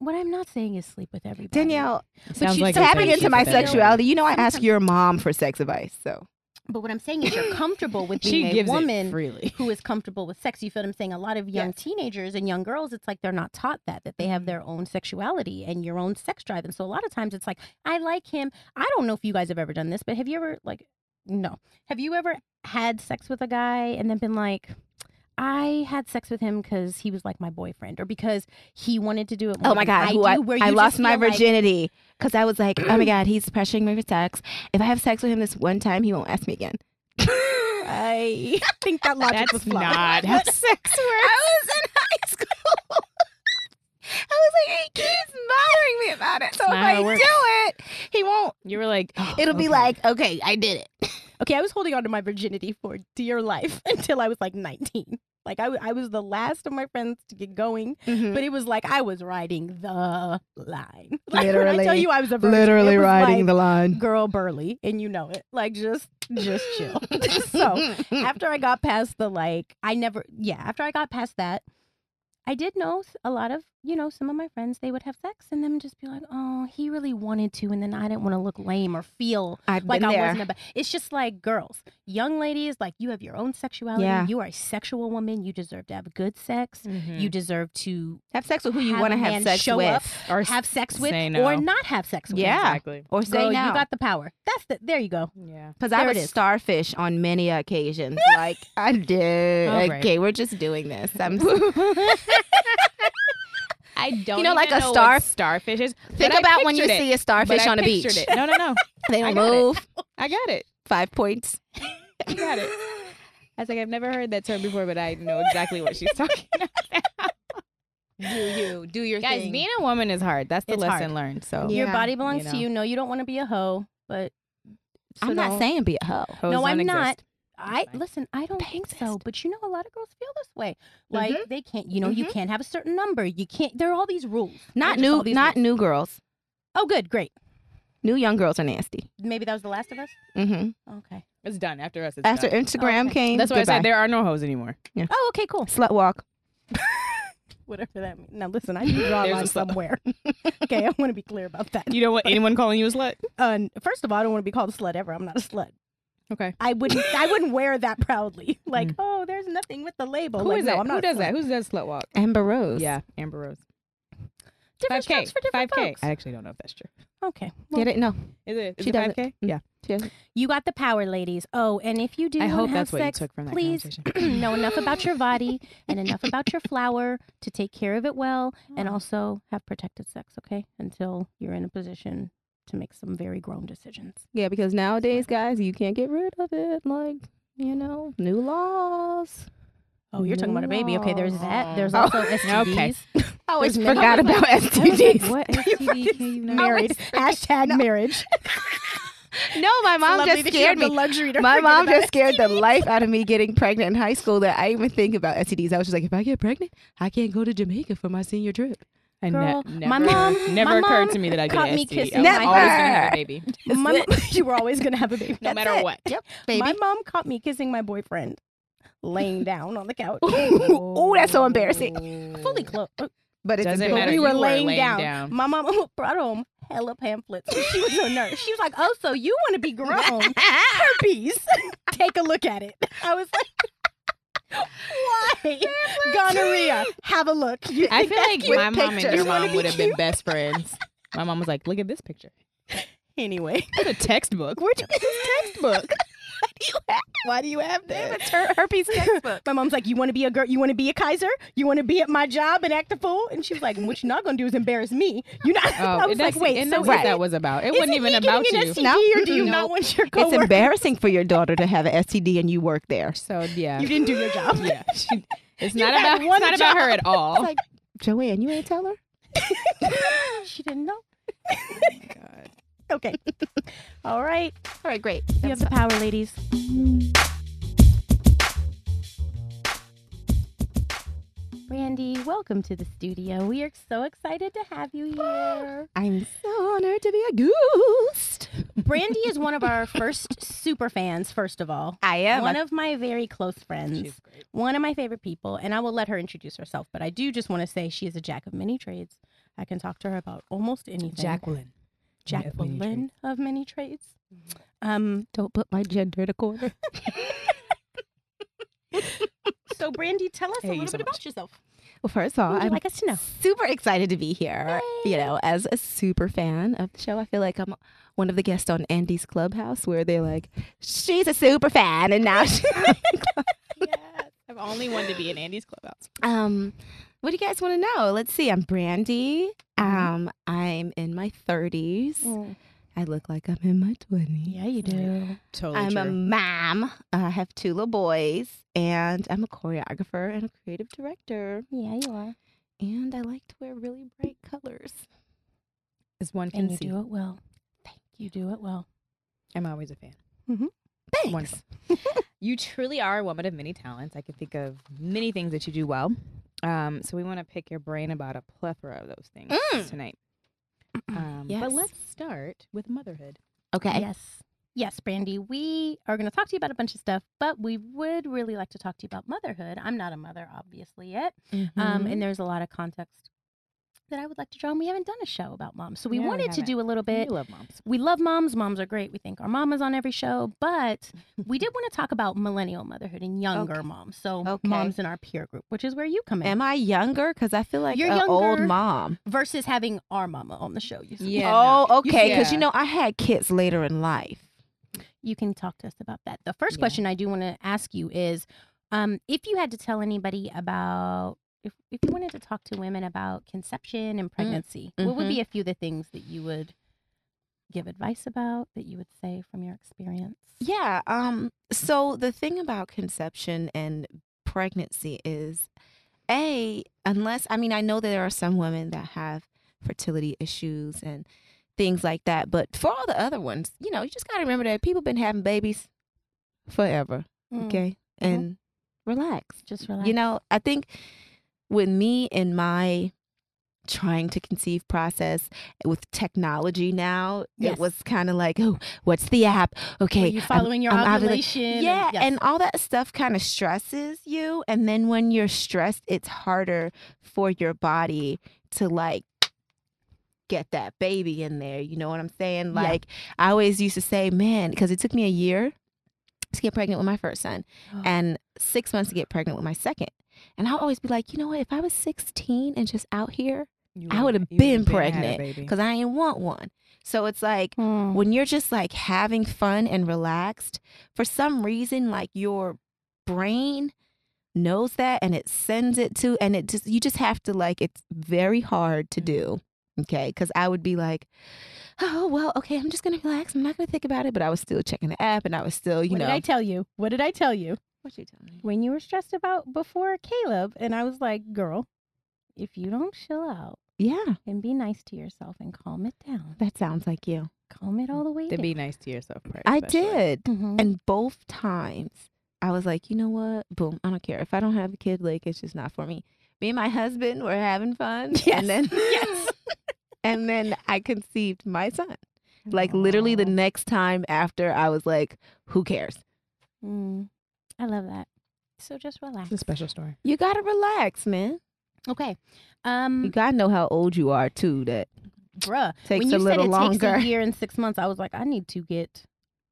Speaker 1: What I'm not saying is sleep with everybody.
Speaker 3: Danielle, but
Speaker 2: Sounds
Speaker 3: you
Speaker 2: like you're
Speaker 3: tapping
Speaker 2: saying
Speaker 3: into
Speaker 2: she's
Speaker 3: my
Speaker 2: better.
Speaker 3: sexuality. You know, I ask
Speaker 1: Sometimes-
Speaker 3: your mom for sex advice, so
Speaker 1: but what I'm saying is you're comfortable with
Speaker 2: She
Speaker 1: being a
Speaker 2: gives
Speaker 1: woman
Speaker 2: it freely.
Speaker 1: who is comfortable with sex. You feel what I'm saying? A lot of young
Speaker 3: Yes. Mm-hmm.
Speaker 1: teenagers and young girls, it's like they're not taught that, that they have
Speaker 2: Mhm.
Speaker 1: their own sexuality and your own sex drive. And so a lot of times it's like, I like him. I don't know if you guys have ever done this, but have you ever, like, no. Have you ever had sex with a guy and then been like, I had sex with him because he was like my boyfriend or because he wanted to do it more
Speaker 3: Oh my
Speaker 1: than
Speaker 3: god,
Speaker 1: I
Speaker 3: who
Speaker 1: do,
Speaker 3: I,
Speaker 1: where
Speaker 3: I
Speaker 1: you
Speaker 3: lost
Speaker 1: just
Speaker 3: my
Speaker 1: feel like-
Speaker 3: virginity because I was like, oh my god, he's pressuring me for sex. If I have sex with him this one time, he won't ask me again.
Speaker 1: I think that logic was
Speaker 2: That's
Speaker 1: flawed.
Speaker 2: not how sex
Speaker 3: I was in high school. I was like, he keeps bothering me about it. So
Speaker 2: It's not how it
Speaker 3: if I
Speaker 2: works.
Speaker 3: do it, he won't.
Speaker 2: You were like, "Oh,
Speaker 3: It'll be
Speaker 2: okay."
Speaker 3: like, okay, I did it.
Speaker 1: Okay, I was holding on to my virginity for dear life until I was like 19. Like I, w- I was the last of my friends to get going,
Speaker 3: Mm-hmm.
Speaker 1: but it was like I was riding the line. Like when I tell
Speaker 3: Literally.
Speaker 1: you I was a virgin, it was like,
Speaker 3: the line.
Speaker 1: girl burly, and you know it. Like just, just chill. so after I got past the like, I never, yeah, after I got past that, I did know s- a lot of, you know, some of my friends, they would have sex and then just be like, oh, he really wanted to. And then I didn't want to look lame or feel
Speaker 3: I've
Speaker 1: like
Speaker 3: been
Speaker 1: I
Speaker 3: there.
Speaker 1: wasn't about. It's just like girls, young ladies. Like you have your own sexuality.
Speaker 3: Yeah.
Speaker 1: You are a sexual woman. You deserve to have good sex.
Speaker 2: Mm-hmm.
Speaker 3: Mm.
Speaker 1: You deserve to
Speaker 3: have sex with who you
Speaker 1: have
Speaker 3: want to
Speaker 1: a
Speaker 3: have
Speaker 1: man
Speaker 3: sex
Speaker 1: show
Speaker 3: with,
Speaker 1: up,
Speaker 2: or s-
Speaker 1: have sex with,
Speaker 2: say
Speaker 1: or
Speaker 2: no.
Speaker 1: not have sex with.
Speaker 3: Yeah.
Speaker 2: Exactly.
Speaker 3: or say
Speaker 1: Girl,
Speaker 3: no.
Speaker 1: you got the power. That's the. There you go.
Speaker 2: Yeah.
Speaker 3: because I
Speaker 1: there
Speaker 3: was
Speaker 1: it is.
Speaker 3: starfish on many occasions. Like I did.
Speaker 2: All right.
Speaker 3: Okay, we're just doing this. I'm
Speaker 2: I don't.
Speaker 3: You know, like
Speaker 2: even
Speaker 3: a
Speaker 2: know
Speaker 3: star-
Speaker 2: what starfish is.
Speaker 3: Think
Speaker 2: but I
Speaker 3: about when you
Speaker 2: pictured it,
Speaker 3: see a
Speaker 2: but
Speaker 3: starfish
Speaker 2: I
Speaker 3: on a beach.
Speaker 2: pictured It. No, no, no.
Speaker 3: They
Speaker 2: I
Speaker 3: don't
Speaker 2: got it.
Speaker 3: move.
Speaker 2: I got it.
Speaker 3: Five points.
Speaker 2: I got it. I was like, I've never heard that term before, but I know exactly what she's talking about.
Speaker 3: Do you do your
Speaker 2: Guys, being a woman is hard. That's the
Speaker 1: It's
Speaker 2: lesson
Speaker 1: hard.
Speaker 2: learned. So
Speaker 1: Your
Speaker 3: Yeah.
Speaker 1: body belongs
Speaker 2: You
Speaker 1: to
Speaker 2: know.
Speaker 1: you. No, you don't want to be a hoe, but so
Speaker 3: I'm
Speaker 1: don't-
Speaker 3: not saying be a hoe.
Speaker 2: hoes
Speaker 1: No, I'm
Speaker 2: don't
Speaker 1: not.
Speaker 2: exist.
Speaker 1: I
Speaker 2: fine.
Speaker 1: listen. I don't
Speaker 3: They
Speaker 1: think so,
Speaker 3: exist.
Speaker 1: but you know, a lot of girls feel this way. Like
Speaker 3: Mhm.
Speaker 1: they can't. You know, you
Speaker 3: Mhm.
Speaker 1: can't have a certain number. You can't. There are all these rules. There's
Speaker 3: Not
Speaker 1: just
Speaker 3: new.
Speaker 1: all these
Speaker 3: Not
Speaker 1: rules.
Speaker 3: new girls.
Speaker 1: Oh, good, great.
Speaker 3: New young girls are nasty.
Speaker 1: Maybe that was the last of us.
Speaker 3: Mm-hmm.
Speaker 1: Okay.
Speaker 2: It's done after us. It's
Speaker 3: After
Speaker 2: done.
Speaker 3: Instagram
Speaker 1: Okay.
Speaker 3: came,
Speaker 2: that's why I
Speaker 3: goodbye.
Speaker 2: said there are no hoes anymore.
Speaker 1: Oh, okay, cool.
Speaker 3: slut walk.
Speaker 1: Whatever that means. Now, listen, I need to draw a
Speaker 2: There's
Speaker 1: line
Speaker 2: a sub-
Speaker 1: somewhere. okay, I want to be clear about that.
Speaker 2: You don't want anyone calling you a slut.
Speaker 1: Uh, first of all, I don't want to be called a slut ever. I'm not a slut.
Speaker 2: Okay. Hmm.
Speaker 1: I wouldn't. I wouldn't wear that proudly. Like, oh, there's nothing with the label.
Speaker 2: Who
Speaker 1: like,
Speaker 2: is
Speaker 1: no,
Speaker 2: that?
Speaker 1: I'm not
Speaker 2: Who
Speaker 1: a
Speaker 2: does
Speaker 1: slut.
Speaker 2: that? Who does slut walk?
Speaker 3: Amber Rose.
Speaker 2: Yeah, Amber Rose.
Speaker 1: different strokes for different
Speaker 2: 5K.
Speaker 1: folks.
Speaker 2: I actually don't know if that's true.
Speaker 1: Okay.
Speaker 3: Get it? No.
Speaker 2: Is it? Is
Speaker 3: She
Speaker 2: it
Speaker 3: does it.
Speaker 2: 5K? Yeah.
Speaker 1: You got the power, ladies. Oh, and if you do,
Speaker 2: I
Speaker 1: wanna
Speaker 2: hope
Speaker 1: have
Speaker 2: that's what
Speaker 1: sex,
Speaker 2: you took from that
Speaker 1: please
Speaker 2: conversation.
Speaker 1: know enough about your body and enough about your flower to take care of it well, and
Speaker 2: Oh.
Speaker 1: also have protected sex. Okay, until you're in a position to make some very grown decisions.
Speaker 3: Yeah, because nowadays, guys, you can't get rid of it. Like, you know, new laws.
Speaker 1: Oh, you're talking about a baby. Okay, there's that. There's
Speaker 3: Oh.
Speaker 1: also
Speaker 2: Okay.
Speaker 1: STDs.
Speaker 3: I always
Speaker 1: There's many-
Speaker 3: forgot about
Speaker 2: I was like,
Speaker 3: STDs.
Speaker 2: what STD can you know?
Speaker 1: Married. Hashtag marriage.
Speaker 3: No, my mom
Speaker 1: Lovely
Speaker 3: just
Speaker 1: that you have
Speaker 3: scared
Speaker 1: the
Speaker 3: me.
Speaker 1: luxury to
Speaker 3: My
Speaker 1: forget
Speaker 3: mom
Speaker 1: about
Speaker 3: just scared the life out of me getting pregnant in high school that I even think about STDs. I was just like, if I get pregnant, I can't go to Jamaica for my senior trip.
Speaker 2: I
Speaker 1: Girl,
Speaker 2: ne-
Speaker 1: my
Speaker 2: never-
Speaker 1: mom-
Speaker 2: never
Speaker 1: my
Speaker 2: occurred
Speaker 1: mom
Speaker 2: to me that I did
Speaker 1: caught me
Speaker 2: STD.
Speaker 1: kissing
Speaker 2: I was
Speaker 3: my
Speaker 2: always gonna have
Speaker 3: hair.
Speaker 2: a baby,
Speaker 1: STD. My mom- you were always going to have a baby.
Speaker 2: no
Speaker 3: That's
Speaker 2: matter
Speaker 3: it.
Speaker 2: what.
Speaker 3: Yep, baby.
Speaker 1: My mom caught me kissing my boyfriend, laying down on the couch.
Speaker 3: Ooh, that's so embarrassing.
Speaker 2: Oh.
Speaker 1: Fully clothed.
Speaker 3: But it's
Speaker 2: Doesn't
Speaker 3: embarrassing.
Speaker 2: matter.
Speaker 1: we
Speaker 2: you
Speaker 1: were
Speaker 2: were
Speaker 1: laying,
Speaker 2: laying
Speaker 1: down.
Speaker 2: down.
Speaker 1: My mama brought home hella pamphlets. She was so nervous. She was like, "Oh, so you want to be grown? Herpes. Take a look at it." I was like, "Why? Gonorrhea. Have a look." You
Speaker 2: I
Speaker 1: think
Speaker 2: feel
Speaker 1: that's
Speaker 2: like
Speaker 1: cute?
Speaker 2: my mom and
Speaker 1: pictures.
Speaker 2: your
Speaker 1: You wanna
Speaker 2: mom
Speaker 1: be
Speaker 2: would have been
Speaker 1: cute?
Speaker 2: best friends. My mom was like, "Look at this picture.
Speaker 1: anyway.
Speaker 2: It's a textbook.
Speaker 1: Where'd you get this textbook? Why do you have that?
Speaker 3: herpes textbook.
Speaker 1: My mom's like, you want to be a girl? You want to be a Kaiser? You want to be at my job and act a fool? And she was like, what you're not going to do is embarrass me. You're not. I was like,
Speaker 2: Oh, that's-
Speaker 1: wait,
Speaker 2: and
Speaker 1: so
Speaker 2: that's what
Speaker 1: is
Speaker 2: that was about. It
Speaker 1: is
Speaker 2: wasn't
Speaker 1: it
Speaker 2: even
Speaker 1: me
Speaker 2: about
Speaker 1: getting an
Speaker 2: you.
Speaker 1: STD,
Speaker 3: No.
Speaker 1: or do you
Speaker 2: Mm-mm.
Speaker 1: not want your
Speaker 3: It's
Speaker 1: coworker?
Speaker 3: embarrassing for your daughter to have an STD and you work there.
Speaker 2: So yeah,
Speaker 1: You didn't do your job.
Speaker 2: yeah. She, it's
Speaker 1: You
Speaker 2: not
Speaker 1: had
Speaker 2: about. It's
Speaker 1: one Oh
Speaker 2: not about her at all.
Speaker 3: It's like, Joanne, you ain't tell her?
Speaker 1: she didn't know. okay. All right.
Speaker 3: All right, great.
Speaker 1: You have the power, ladies. Brandy, welcome to the studio. We are so excited to have you here.
Speaker 3: I'm so honored to be a ghost.
Speaker 1: Brandy is one of our first super fans, first of all.
Speaker 3: I am.
Speaker 1: one of my very close friends,
Speaker 2: She's great.
Speaker 1: one of my favorite people, and I will let her introduce herself. But I do just want to say she is a jack of many trades. I can talk to her about almost anything.
Speaker 2: Jacqueline.
Speaker 1: Jacqueline of many trades. Um,
Speaker 3: Don't put my gender in a corner.
Speaker 1: so Brandy, tell us
Speaker 2: Hey,
Speaker 1: a
Speaker 2: you
Speaker 1: little
Speaker 2: so
Speaker 1: bit
Speaker 2: much.
Speaker 1: about yourself.
Speaker 3: Well, first of all,
Speaker 1: What would you
Speaker 3: I'm
Speaker 1: like us to know?
Speaker 3: super excited to be here.
Speaker 1: Yay.
Speaker 3: You know, as a super fan of the show, I feel like I'm one of the guests on Andy's Clubhouse where they're like, she's a super fan. And now she.
Speaker 2: I've only wanted to be in Andy's clubhouse.
Speaker 3: um, what do you guys want to know? Let's see. I'm Brandy.
Speaker 1: Mm-hmm.
Speaker 3: Um, I'm in my 30s.
Speaker 1: Mm.
Speaker 3: I look like I'm in my 20s.
Speaker 1: Oh. Yeah, you do.
Speaker 2: Totally
Speaker 3: I'm a mom. I have two little boys, and I'm a choreographer and a creative director.
Speaker 1: Yeah, you are.
Speaker 3: And I like to wear really bright colors.
Speaker 2: As one
Speaker 1: And
Speaker 2: can
Speaker 1: you
Speaker 2: see,
Speaker 1: do it well. Thank you. You do it well.
Speaker 2: I'm always a fan.
Speaker 3: Mm-hmm. Thanks.
Speaker 2: Wonderful. you truly are a woman of many talents. I can think of many things that you do well. Um, so we want to pick your brain about a plethora of those things
Speaker 3: Mm.
Speaker 2: tonight. Um,
Speaker 3: Yes.
Speaker 2: But let's start with motherhood.
Speaker 3: Okay.
Speaker 1: Yes. Yes, Brandy, we are going to talk to you about a bunch of stuff, but we would really like to talk to you about motherhood. I'm not a mother, obviously, yet.
Speaker 3: Mm-hmm.
Speaker 1: Um,
Speaker 2: Mm-hmm.
Speaker 1: and there's a lot of context that I would like to draw, and we haven't done a show about moms. So we
Speaker 2: No, we
Speaker 1: wanted to
Speaker 2: haven't.
Speaker 1: do a little bit.
Speaker 2: we love moms.
Speaker 1: We love moms. Moms are great. We think our mom is on every show, but we did want to talk about millennial motherhood and younger
Speaker 3: Okay.
Speaker 1: moms. So
Speaker 3: Okay.
Speaker 1: moms in our peer group, which is where you come in,
Speaker 3: Am I younger? Because I feel like
Speaker 1: You're
Speaker 3: an old
Speaker 1: younger.
Speaker 3: mom.
Speaker 1: versus having our mama on the show. You, see.
Speaker 2: Yeah.
Speaker 3: oh,
Speaker 2: no.
Speaker 3: okay. Because
Speaker 2: Yeah.
Speaker 3: you know, I had kids later in life.
Speaker 1: you can talk to us about that. The first
Speaker 2: Yeah.
Speaker 1: question I do want to ask you is, um, if you had to tell anybody about. If, if you wanted to talk to women about conception
Speaker 3: Mm-hmm.
Speaker 1: and pregnancy, what would
Speaker 3: mhm.
Speaker 1: be a few of the things that you would give advice about that you would say from your experience?
Speaker 3: Yeah. Um. So the thing about conception and pregnancy is, a unless I mean I know that there are some women that have fertility issues and things like that, but for all the other ones, you know, you just gotta remember that people been having babies forever.
Speaker 1: Mm,
Speaker 3: Okay,
Speaker 1: Mhm.
Speaker 3: and relax.
Speaker 1: just relax.
Speaker 3: You know, I think with me in my trying to conceive process with technology now,
Speaker 1: Yes.
Speaker 3: it was kind of like, oh, what's the app? Okay,
Speaker 1: Are you
Speaker 3: I'm-
Speaker 1: following your
Speaker 3: I'm ovula-
Speaker 1: ovulation? and-
Speaker 3: yeah,
Speaker 1: yes.
Speaker 3: and all that stuff kind of stresses you. And then when you're stressed, it's harder for your body to like get that baby in there. You know what I'm saying?
Speaker 1: Yeah.
Speaker 3: Like, I always used to say, man, because it took me a year to get pregnant with my first son
Speaker 1: Oh.
Speaker 3: and six months to get pregnant with my second. And I'll always be like, you know what? If I was 16 and just out here
Speaker 2: You
Speaker 3: I would have
Speaker 2: you
Speaker 3: been
Speaker 2: would've had a
Speaker 3: pregnant
Speaker 2: baby.
Speaker 3: because I ain't want one. So it's like
Speaker 1: Mm. Mm-hmm.
Speaker 3: when you're just like having fun and relaxed, for some reason, like your brain knows that and it sends it to, and it just, you just have to like, it's very hard to
Speaker 1: Mm-hmm.
Speaker 2: Mhm.
Speaker 3: do. Okay. Cause I would be like, oh, well, okay, I'm just going to relax. I'm not going to think about it. But I was still checking the app and I was still, you
Speaker 1: what
Speaker 3: know,
Speaker 1: did I tell you? What did I tell you?
Speaker 3: what you telling me?
Speaker 1: When you were stressed about before Caleb, and I was like, girl, if you don't chill out
Speaker 3: Yeah.
Speaker 1: and be nice to yourself and calm it down,
Speaker 3: That sounds like you.
Speaker 1: calm it all the way
Speaker 2: To
Speaker 1: down.
Speaker 2: be nice to yourself. part,
Speaker 3: I
Speaker 2: especially.
Speaker 3: did.
Speaker 1: Mhm.
Speaker 3: And both times I was like, you know what? Boom, I don't care. If I don't have a kid, like it's just not for me. Me and my husband were having fun.
Speaker 1: Yes,
Speaker 3: And then
Speaker 1: yes.
Speaker 3: and then I conceived my son. Like literally the
Speaker 1: Aw.
Speaker 3: next time after I was like, who cares?
Speaker 1: Mm, I love that. So just relax.
Speaker 2: It's a special story.
Speaker 3: You gotta relax, man.
Speaker 1: Okay.
Speaker 3: You
Speaker 1: Um,
Speaker 3: gotta know how old you are too. That
Speaker 1: bruh,
Speaker 3: takes
Speaker 1: when you
Speaker 3: a little
Speaker 1: said it
Speaker 3: longer.
Speaker 1: takes a year and six months, I was like, I need to get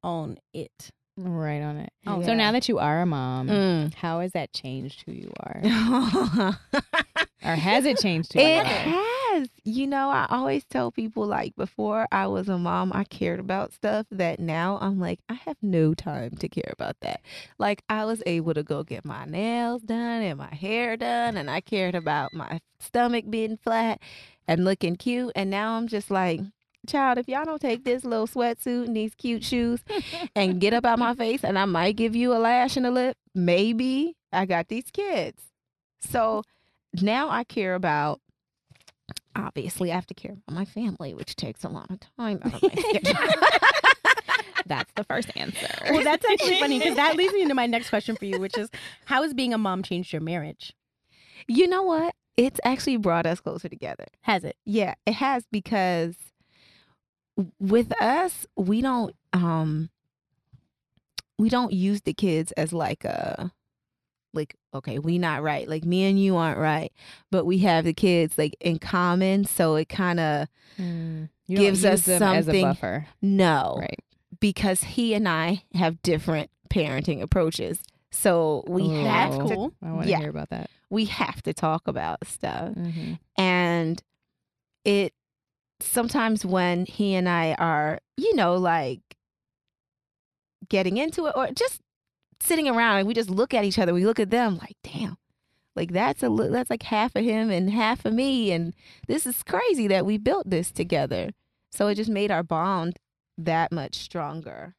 Speaker 1: on it.
Speaker 2: Right on it.
Speaker 1: Oh,
Speaker 2: So
Speaker 3: yeah.
Speaker 2: now that you are a mom,
Speaker 3: Mm.
Speaker 2: how has that changed who you are?
Speaker 1: Mm.
Speaker 3: it
Speaker 2: or has it changed who you are?
Speaker 3: has. You know, I always tell people like before I was a mom, I cared about stuff that now I'm like, I have no time to care about that. Like I was able to go get my nails done and my hair done and I cared about my stomach being flat and looking cute. And now I'm just like, child, if y'all don't take this little sweatsuit and these cute shoes and get up out my face and I might give you a lash and a lip, maybe I got these kids. So now I care about obviously I have to care about my family, which takes a lot of time out of my schedule.
Speaker 2: That's the first answer.
Speaker 1: Well, that's actually funny because that leads me into my next question for you, which is how has being a mom changed your marriage?
Speaker 3: you know what? It's actually brought us closer together.
Speaker 1: Has it?
Speaker 3: Yeah, it has because with us, we don't um we don't use the kids as like a like okay, we not right. Like me and you aren't right, but we have the kids like in common, so it kind of
Speaker 2: Mm. You don't
Speaker 3: gives
Speaker 2: use
Speaker 3: us
Speaker 2: them as a
Speaker 3: something- Oh,
Speaker 2: buffer.
Speaker 3: no
Speaker 2: Right.
Speaker 3: because he and I have different parenting approaches. So we
Speaker 2: Ooh.
Speaker 3: have
Speaker 1: That's
Speaker 2: Oh.
Speaker 3: to,
Speaker 1: cool.
Speaker 2: I want to
Speaker 3: Yeah.
Speaker 2: hear about that.
Speaker 3: we have to talk about stuff.
Speaker 2: Mm-hmm.
Speaker 3: and it sometimes when he and I are, you know, like getting into it or just sitting around and we just look at each other, we look at them like, damn, like that's a li- that's like half of him and half of me, and this is crazy that we built this together. So it just made our bond that much stronger.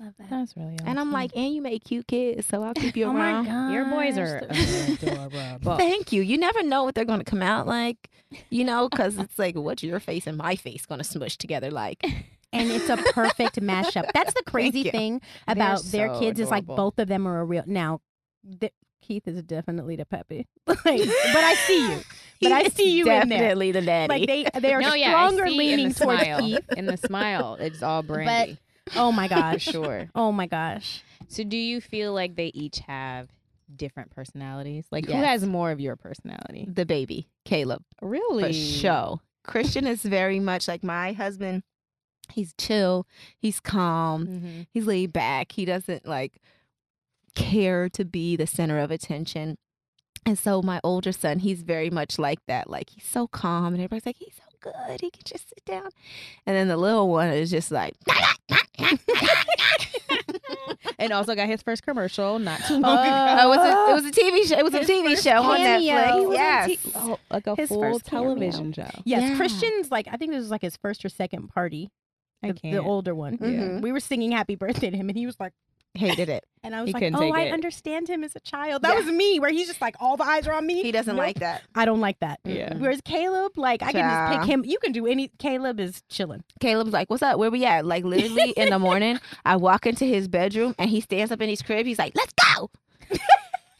Speaker 1: Love that.
Speaker 2: That's really awesome.
Speaker 3: And I'm like, and you make cute kids, so I'll keep you
Speaker 1: Mm-hmm. oh my
Speaker 3: around.
Speaker 1: god,
Speaker 2: your boys are adorable.
Speaker 3: Thank you. You never know what they're going to come out like, you know, because it's like, what's your face and my face going to smush together like?
Speaker 1: and it's a perfect mashup. That's the crazy
Speaker 3: you.
Speaker 1: thing
Speaker 2: They're
Speaker 1: about their
Speaker 2: so
Speaker 1: kids is like
Speaker 2: adorable.
Speaker 1: both of them are a real. Now, th- Keith is definitely the puppy, like, but I see you. But I
Speaker 3: He's
Speaker 1: see you in there.
Speaker 3: definitely the daddy.
Speaker 1: Like they they are
Speaker 2: no, yeah, I
Speaker 1: stronger
Speaker 2: see in
Speaker 1: leaning
Speaker 2: the
Speaker 1: towards
Speaker 2: smile.
Speaker 1: Keith.
Speaker 2: In the smile, it's all brandy
Speaker 1: Oh my
Speaker 2: for
Speaker 1: gosh.
Speaker 2: sure.
Speaker 1: Oh my gosh.
Speaker 2: So, do you feel like they each have different personalities? Like, who
Speaker 3: Yes.
Speaker 2: has more of your personality?
Speaker 3: the baby, Caleb,
Speaker 2: Really?
Speaker 3: for show. Christian is very much like my husband. He's chill. He's calm.
Speaker 2: Mhm.
Speaker 3: He's laid back. He doesn't like care to be the center of attention. And so my older son, he's very much like that. Like he's so calm and everybody's like, he's so good. He can just sit down. And then the little one is just like
Speaker 2: And also got his first commercial not too long ago.
Speaker 3: Oh, it was a, it was a TV show. It was a
Speaker 1: His
Speaker 3: TV
Speaker 1: first
Speaker 3: show on
Speaker 1: cameo. He was
Speaker 3: Netflix.
Speaker 1: on
Speaker 3: Yes.
Speaker 2: Oh, like a
Speaker 1: His
Speaker 2: full
Speaker 1: first cameo.
Speaker 2: television show.
Speaker 1: Yes,
Speaker 3: Yeah.
Speaker 1: Christian's like I think this was like his first or second party.
Speaker 2: I
Speaker 1: The,
Speaker 2: can't. Mm-hmm.
Speaker 1: the older one.
Speaker 3: Yeah. Mhm.
Speaker 1: We were singing happy birthday to him and he was like
Speaker 3: Hated it.
Speaker 1: and I was
Speaker 2: He
Speaker 1: like,
Speaker 2: couldn't
Speaker 1: "Oh,
Speaker 2: take
Speaker 1: I
Speaker 2: it.
Speaker 1: understand him as a child." That
Speaker 3: Yeah.
Speaker 1: was me where he's just like all the eyes are on me.
Speaker 3: He doesn't
Speaker 1: Nope.
Speaker 3: like that.
Speaker 1: I don't like that.
Speaker 2: Yeah.
Speaker 1: Whereas Caleb, like I can just
Speaker 3: Child.
Speaker 1: pick him. You can do any Caleb is chilling.
Speaker 3: Caleb's like, "What's up? Where we at?" Like literally in the morning, I walk into his bedroom and he stands up in his crib. He's like, "Let's go!"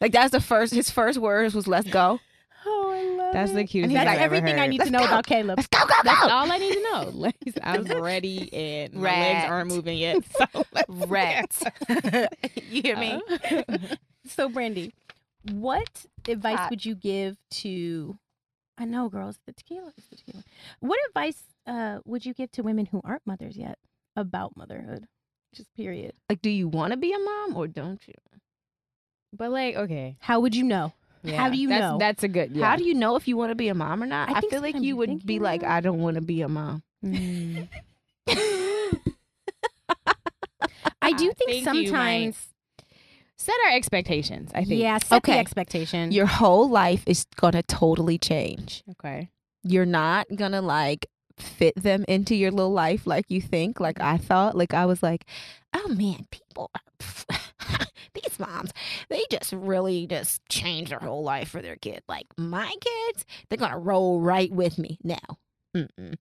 Speaker 3: like that's the first. His first words was, "Let's go."
Speaker 1: Oh, I love
Speaker 2: That's the cutest thing
Speaker 3: And he's
Speaker 1: That's
Speaker 3: like,
Speaker 2: I've ever
Speaker 1: everything I
Speaker 2: heard.
Speaker 1: need to
Speaker 3: Let's
Speaker 1: know
Speaker 3: go.
Speaker 1: about Caleb.
Speaker 3: Let's go, go,
Speaker 2: That's
Speaker 3: go!
Speaker 2: all I need to know. Like, I'm ready and my legs aren't
Speaker 3: Wrecked.
Speaker 2: moving yet. So let's
Speaker 3: Wrecked. you hear me?
Speaker 1: So, Brandy, what advice
Speaker 3: Hot.
Speaker 1: would you give to? I know, girls, the tequila is the tequila. What advice uh, would you give to women who aren't mothers yet about motherhood? Just period.
Speaker 3: Like, do you want to be a mom or don't you?
Speaker 2: But like, okay,
Speaker 1: How would you know? How do you
Speaker 2: that's,
Speaker 1: know?
Speaker 2: That's a good. Yeah.
Speaker 3: How do you know if you want to be a mom or not?
Speaker 1: I
Speaker 3: I,
Speaker 1: think
Speaker 3: feel like
Speaker 1: sometimes
Speaker 3: you
Speaker 1: you think
Speaker 3: would be
Speaker 1: you
Speaker 3: like,
Speaker 1: know.
Speaker 3: I don't want to be a mom.
Speaker 2: Mm.
Speaker 1: I do
Speaker 2: Ah,
Speaker 1: think
Speaker 2: thank you, Mike.
Speaker 1: sometimes.
Speaker 2: set our expectations? I think.
Speaker 1: yeah, set the
Speaker 3: Okay.
Speaker 1: expectation.
Speaker 3: Your whole life is going to totally change.
Speaker 2: Okay.
Speaker 3: You're not going to like fit them into your little life like you think, like I thought. Like I was like, oh man, people are. These moms, they just really just change their whole life for their kid. Like my kids, they're gonna roll right with me now. Mm-mm.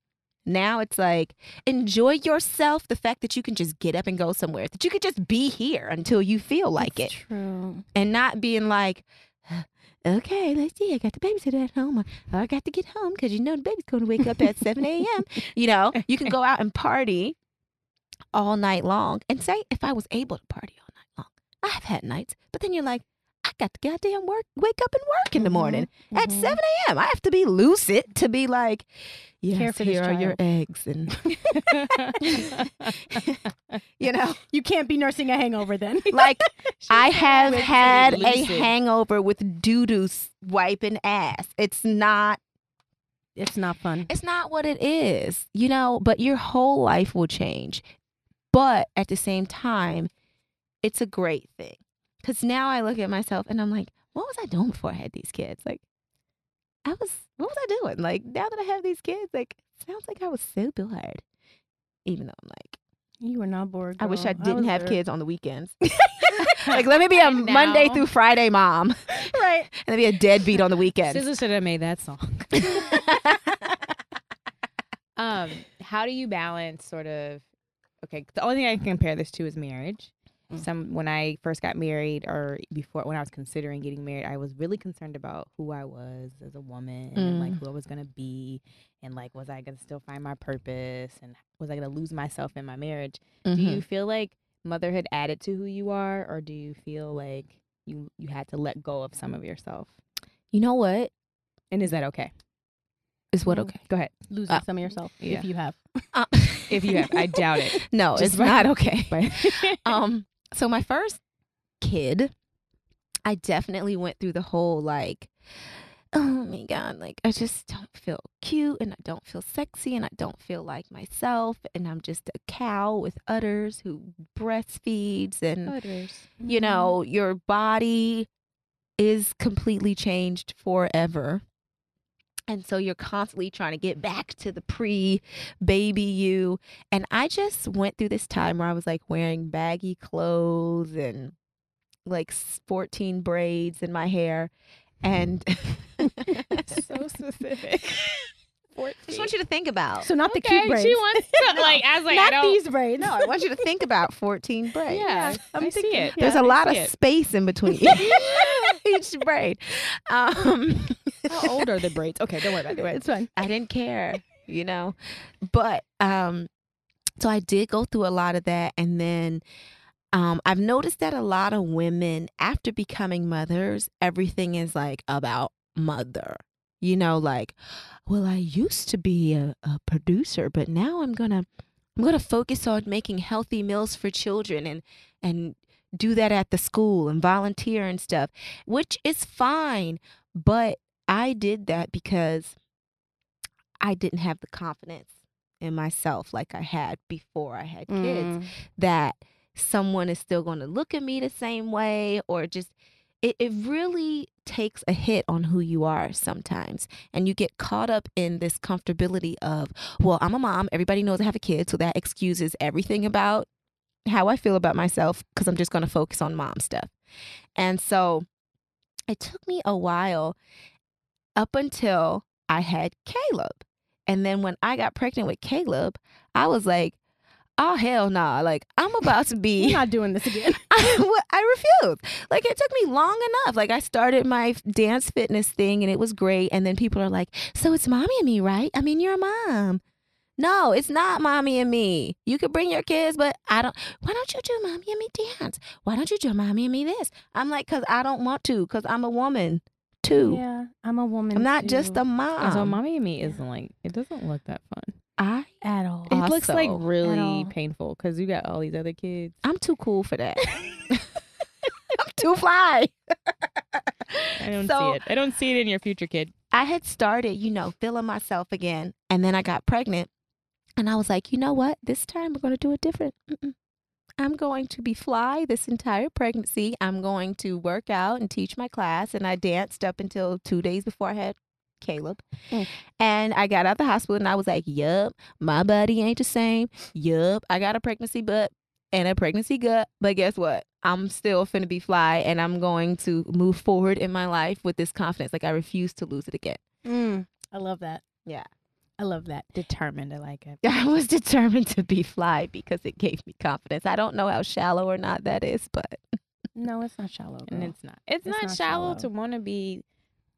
Speaker 3: Now it's like enjoy yourself. The fact that you can just get up and go somewhere, that you could just be here until you feel like it.
Speaker 1: It's True.
Speaker 3: and not being like, okay, let's see, I got the babysitter at home, or I got to get home because you know the baby's going to wake up at 7 a.m. You know, you can go out and party all night long. And say, if I was able to party all night long, I have had nights, but then you're like, I got to goddamn work, wake up and work in the
Speaker 1: Mhm,
Speaker 3: morning at
Speaker 2: mm-hmm.
Speaker 1: mhm.
Speaker 3: 7 a.m. I have to be lucid to be like, yes,
Speaker 1: for this
Speaker 3: here are your eggs, and
Speaker 2: Mm-hmm.
Speaker 3: you know.
Speaker 1: You can't be nursing a hangover then.
Speaker 3: Like I have
Speaker 2: meant to be
Speaker 3: had a
Speaker 2: lucid.
Speaker 3: hangover with doo doo wiping ass. It's not.
Speaker 1: it's not fun.
Speaker 3: It's not what it is, you know. But your whole life will change. But at the same time, it's a great thing because now I look at myself and I'm like, what was I doing before I had these kids? Like, I was. What was I doing? Like now that I have these kids, like sounds like I was so bored. Even though I'm like,
Speaker 1: You were not bored.
Speaker 3: I wish I
Speaker 1: girl.
Speaker 3: didn't
Speaker 1: was
Speaker 3: have
Speaker 1: there.
Speaker 3: kids on the weekends. like, let me be a
Speaker 2: Right now.
Speaker 3: Monday through Friday mom
Speaker 1: Right.
Speaker 3: and then be a deadbeat on the weekend.
Speaker 2: SZA should have made that song. Um, how do you balance sort of? Okay, the only thing I can compare this to is marriage.
Speaker 1: Mm.
Speaker 2: Some when I first got married, or before when I was considering getting married, I was really concerned about who I was as a woman, and
Speaker 3: Mm.
Speaker 2: like who I was gonna be, and like was I gonna still find my purpose, and was I gonna lose myself in my marriage? Do
Speaker 3: Mm-hmm.
Speaker 2: you feel like motherhood added to who you are, or do you feel like you you had to let go of some of yourself?
Speaker 3: You know what?
Speaker 2: And is that okay?
Speaker 3: Is what
Speaker 1: Mm.
Speaker 3: okay?
Speaker 2: Go ahead.
Speaker 1: Losing
Speaker 3: Uh,
Speaker 1: some of yourself
Speaker 2: yeah.
Speaker 1: if you have.
Speaker 3: Uh,
Speaker 2: If you have, I doubt it.
Speaker 3: no,
Speaker 2: Just
Speaker 3: it's
Speaker 2: by-
Speaker 3: not okay.
Speaker 2: But
Speaker 3: um so my first kid i definitely went through the whole like oh my god like i just don't feel cute and i don't feel sexy and i don't feel like myself and i'm just a cow with udders who breastfeeds and you know your body is completely changed forever and so you're constantly trying to get back to the pre baby you and i just went through this time where i was like wearing baggy clothes and like s- 14 braids in my hair and
Speaker 2: so specific.
Speaker 3: just
Speaker 2: 14.
Speaker 3: want you to think about
Speaker 1: So not the
Speaker 2: Okay,
Speaker 1: cute braids.
Speaker 2: She wants to,
Speaker 3: No,
Speaker 2: like, I was like, I
Speaker 1: not
Speaker 2: don't.
Speaker 1: these braids.
Speaker 3: no i want you to think about 14 braids
Speaker 2: yeah,
Speaker 1: I'm
Speaker 2: I'm
Speaker 1: thinking-
Speaker 2: see it.
Speaker 3: There's
Speaker 2: Yeah,
Speaker 3: a
Speaker 2: I
Speaker 3: lot of
Speaker 2: see it.
Speaker 3: space in between each braid. Um,
Speaker 2: How old are the braids? Okay, don't worry about it.
Speaker 1: It's fine.
Speaker 3: I didn't care, you know. But um so I did go through a lot of that and then um I've noticed that a lot of women after becoming mothers, everything is like about mother. You know, like, well, I used to be a, a producer, but now I'm gonna I'm gonna focus on making healthy meals for children and and do that at the school and volunteer and stuff, which is fine. But I did that because I didn't have the confidence in myself like I had before I had kids
Speaker 1: Mm.
Speaker 3: that someone is still going to look at me the same way or just it, it really takes a hit on who you are sometimes and you get caught up in this comfortability of well i'm a mom everybody knows i have a kid so that excuses everything about how i feel about myself because i'm just going to focus on mom stuff and so it took me a while up until i had caleb and then when i got pregnant with caleb i was like oh hell nah like i'm about to be
Speaker 1: You're not doing this again.
Speaker 3: I, what- I refused. Like it took me long enough. Like I started my f- dance fitness thing and it was great. And then people are like, "So it's mommy and me, right? I mean, you're a mom." No, it's not mommy and me. You could bring your kids, but I don't. Why don't you do mommy and me dance? Why don't you do mommy and me this? I'm like, cause I don't want to. Cause I'm a woman too.
Speaker 1: Yeah, I'm a woman.
Speaker 3: I'm not just a mom.
Speaker 2: so mommy and me isn't like it doesn't look that fun.
Speaker 3: I
Speaker 1: at all.
Speaker 2: It looks like
Speaker 3: Also-
Speaker 2: really
Speaker 1: all.
Speaker 2: painful because you got all these other kids.
Speaker 3: I'm too cool for that. I'm too fly.
Speaker 2: I don't
Speaker 3: So-
Speaker 2: see it. I don't see it in your future kid.
Speaker 3: I had started, you know, feeling myself again, and then I got pregnant, and I was like, you know what? This time we're going to do it different. Mm-mm. I'm going to be fly this entire pregnancy. I'm going to work out and teach my class, and I danced up until two days before I had Caleb,
Speaker 2: Mm.
Speaker 3: and I got out the hospital, and I was like, yup, my body ain't the same. Yup, I got a pregnancy butt and a pregnancy gut, but guess what? I'm still finna be fly, and I'm going to move forward in my life with this confidence. Like I refuse to lose it again.
Speaker 1: I love that.
Speaker 3: Yeah.
Speaker 1: I love that.
Speaker 2: Determined, I like it.
Speaker 3: I was determined to be fly because it gave me confidence. I don't know how shallow or not that is, but
Speaker 1: No, it's not shallow.
Speaker 2: And
Speaker 1: girl.
Speaker 2: it's not. It's, not, shallow, to want to be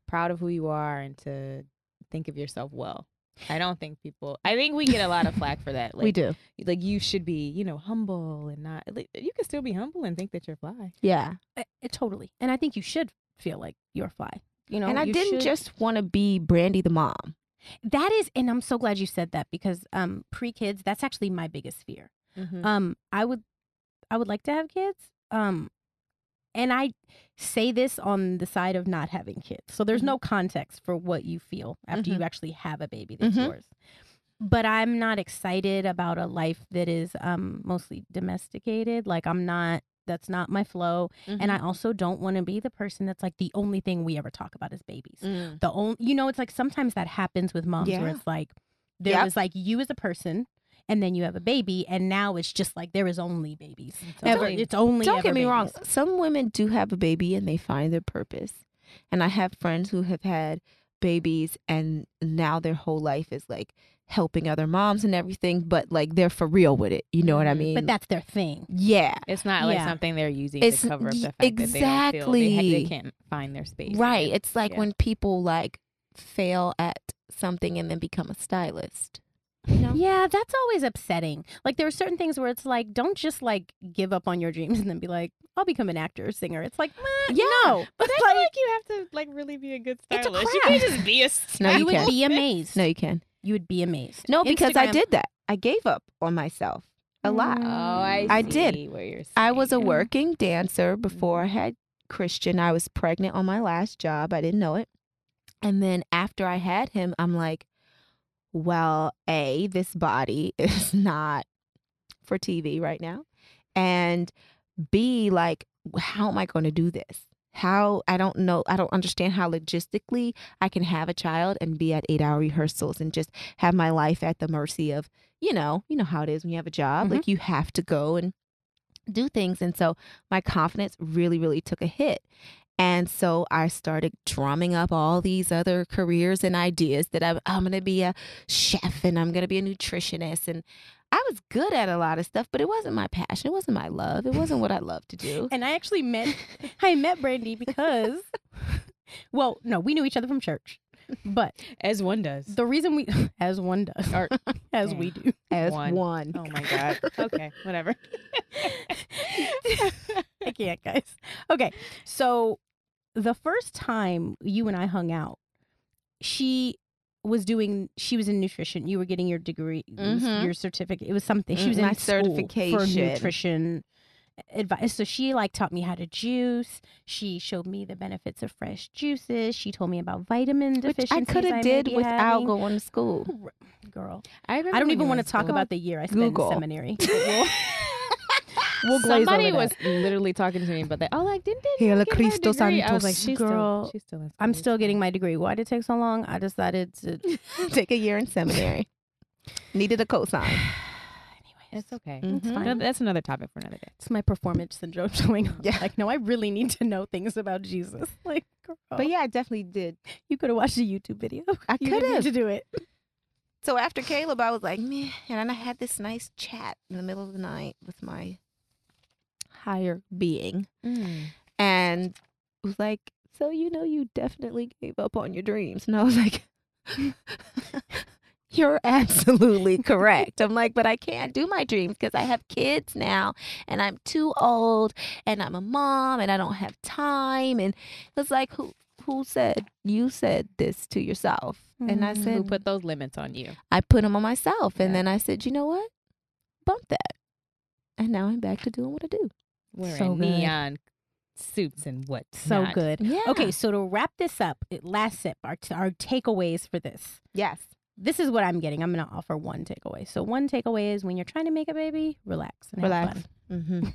Speaker 2: proud of who you are and to think of yourself well. I don't think people. I think we get a lot of flack for that. Like,
Speaker 3: do.
Speaker 2: Like you should be, you know, humble and not. Like, you can still be humble and think that you're fly.
Speaker 3: Yeah.
Speaker 1: I- I- totally. And I think you should feel like you're fly. You know,
Speaker 3: and I
Speaker 1: you
Speaker 3: didn't
Speaker 1: should-
Speaker 3: just want to be Brandy the mom.
Speaker 1: That is, and I'm so glad you said that because um, pre kids, that's actually my biggest fear.
Speaker 3: Mm-hmm.
Speaker 1: Um, I would, I would like to have kids. Um, and I say this on the side of not having kids, so there's no context for what you feel after you actually have a baby that's
Speaker 3: Mhm.
Speaker 1: yours. But I'm not excited about a life that is um, mostly domesticated. Like I'm not. That's not my flow. And I also don't want to be the person that's like the only thing we ever talk about is babies
Speaker 3: Mm-hmm. Mm.
Speaker 1: the only you know it's like sometimes that happens with moms where
Speaker 3: Yeah.
Speaker 1: it's like there
Speaker 3: Yep.
Speaker 1: was like you as a person and then you have a baby and now it's just like there is only babies ever
Speaker 2: Totally.
Speaker 1: it's only
Speaker 3: Don't
Speaker 1: ever
Speaker 3: get me wrong.
Speaker 1: babies.
Speaker 3: Some women do have a baby and they find their purpose. And I have friends who have had babies and now their whole life is like helping other moms and everything, but like they're for real with it. You know what I
Speaker 2: Mhm.
Speaker 3: mean?
Speaker 1: Mm-hmm. but that's their thing
Speaker 3: yeah.
Speaker 2: It's not like
Speaker 1: Yeah.
Speaker 2: something they're using
Speaker 3: It's-
Speaker 2: to cover up the
Speaker 3: y-
Speaker 2: fact that they don't feel they, ha- they
Speaker 3: exactly.
Speaker 2: can't find their space.
Speaker 3: Right. It's like
Speaker 2: yeah.
Speaker 3: when people like fail at something and then become a stylist. You know?
Speaker 1: yeah that's always upsetting like there are certain things where it's like don't just like give up on your dreams and then be like i'll become an actor or singer it's like meh,
Speaker 3: Yeah,
Speaker 1: no
Speaker 2: But I
Speaker 1: Like-
Speaker 2: feel like you have to like really be a good
Speaker 1: It's a
Speaker 2: stylist. you can't just be a
Speaker 3: No,
Speaker 1: you,
Speaker 3: you
Speaker 2: stylist.
Speaker 1: would
Speaker 3: can't.
Speaker 1: be amazed
Speaker 3: No, you can.
Speaker 1: you would be amazed
Speaker 3: No, because I
Speaker 1: Instagram-
Speaker 3: did that. I gave up on myself a lot.
Speaker 2: Oh, I
Speaker 3: I did.
Speaker 2: see What you're
Speaker 3: I was a
Speaker 2: saying.
Speaker 3: working dancer before I had Christian. I was pregnant on my last job. I didn't know it. And then after I had him, I'm like, well, A, this body is not for TV right now. And B, like, how am I going to do this? How I don't know, I don't understand how logistically I can have a child and be at eight hour rehearsals and just have my life at the mercy of, you know, you know how it is when you have a job.
Speaker 1: Mhm.
Speaker 3: Like you have to go and do things. And so my confidence really, really took a hit. And so I started drumming up all these other careers and ideas that I'm, I'm going to be a chef and I'm going to be a nutritionist. And I was good at a lot of stuff, but it wasn't my passion. It wasn't my love. It wasn't what I love to do.
Speaker 1: and I actually met I met Brandy because well, no, we knew each other from church. But
Speaker 2: as one does.
Speaker 1: the reason we as one does
Speaker 2: Or-
Speaker 1: as we do.
Speaker 3: As
Speaker 2: One.
Speaker 3: one.
Speaker 2: oh my god. Okay, whatever.
Speaker 1: I can't, guys. Okay. So the first time you and I hung out, she was doing she was in nutrition. You were getting your degree, it was
Speaker 3: Mhm.
Speaker 1: your certificate. It was something. She was
Speaker 3: Mm,
Speaker 1: in
Speaker 3: my
Speaker 1: school for
Speaker 3: certification.
Speaker 1: nutrition advice. So she like taught me how to juice. She showed me the benefits of fresh juices. She told me about vitamin
Speaker 3: Which
Speaker 1: deficiencies.
Speaker 3: I could have did without
Speaker 1: going.
Speaker 3: going to school.
Speaker 1: Girl,
Speaker 2: I,
Speaker 1: I don't even want to talk
Speaker 3: school.
Speaker 1: about the year I spent
Speaker 3: Google.
Speaker 1: in seminary. but We'll, we'll glaze
Speaker 2: Somebody
Speaker 1: over that.
Speaker 2: was literally talking to me about that. Oh, like didn't they?
Speaker 3: Hela
Speaker 2: get her
Speaker 3: Cristo
Speaker 2: degree? I was like,
Speaker 3: Santos,
Speaker 2: she's
Speaker 1: girl.
Speaker 2: Still, she's still in school.
Speaker 1: I'm still getting my degree. Why did it take so long? I decided to.
Speaker 3: Take a year in seminary. Needed a cosign.
Speaker 1: Anyways,
Speaker 2: It's okay.
Speaker 1: um, It's
Speaker 3: Mhm.
Speaker 1: fine.
Speaker 2: No, that's another topic for another day.
Speaker 1: it's my performance syndrome showing up.
Speaker 3: Yeah.
Speaker 1: Like, no, I really need to know things about Jesus. Like, girl,
Speaker 3: But yeah, I definitely did.
Speaker 1: you could have watched a YouTube video.
Speaker 3: I
Speaker 1: You
Speaker 3: could
Speaker 1: didn't need
Speaker 3: have.
Speaker 1: to do it.
Speaker 3: So after Caleb, I was like, meh. And then I had this nice chat in the middle of the night with my higher being
Speaker 2: Mm.
Speaker 3: and was like, So, you know, you definitely gave up on your dreams. And I was like, You're absolutely correct. I'm like, But I can't do my dreams because I have kids now and I'm too old and I'm a mom and I don't have time. And it's like, Who? Who said you said this to yourself? And I
Speaker 1: Mm. Who
Speaker 3: said,
Speaker 2: Who put those limits on you?
Speaker 3: I put them on myself.
Speaker 2: Yeah.
Speaker 3: And then I said, you know what? Bump that. And now I'm back to doing what I do.
Speaker 2: We're
Speaker 1: So
Speaker 2: in
Speaker 1: good.
Speaker 2: neon suits and what.
Speaker 1: So good.
Speaker 2: Yeah.
Speaker 1: Okay, so to wrap this up, it- last sip, our, t- our takeaways for this.
Speaker 3: Yes.
Speaker 1: This is what I'm getting. I'm going to offer one takeaway. So, one takeaway is when you're trying to make a baby, relax and have
Speaker 3: Relax.
Speaker 1: fun.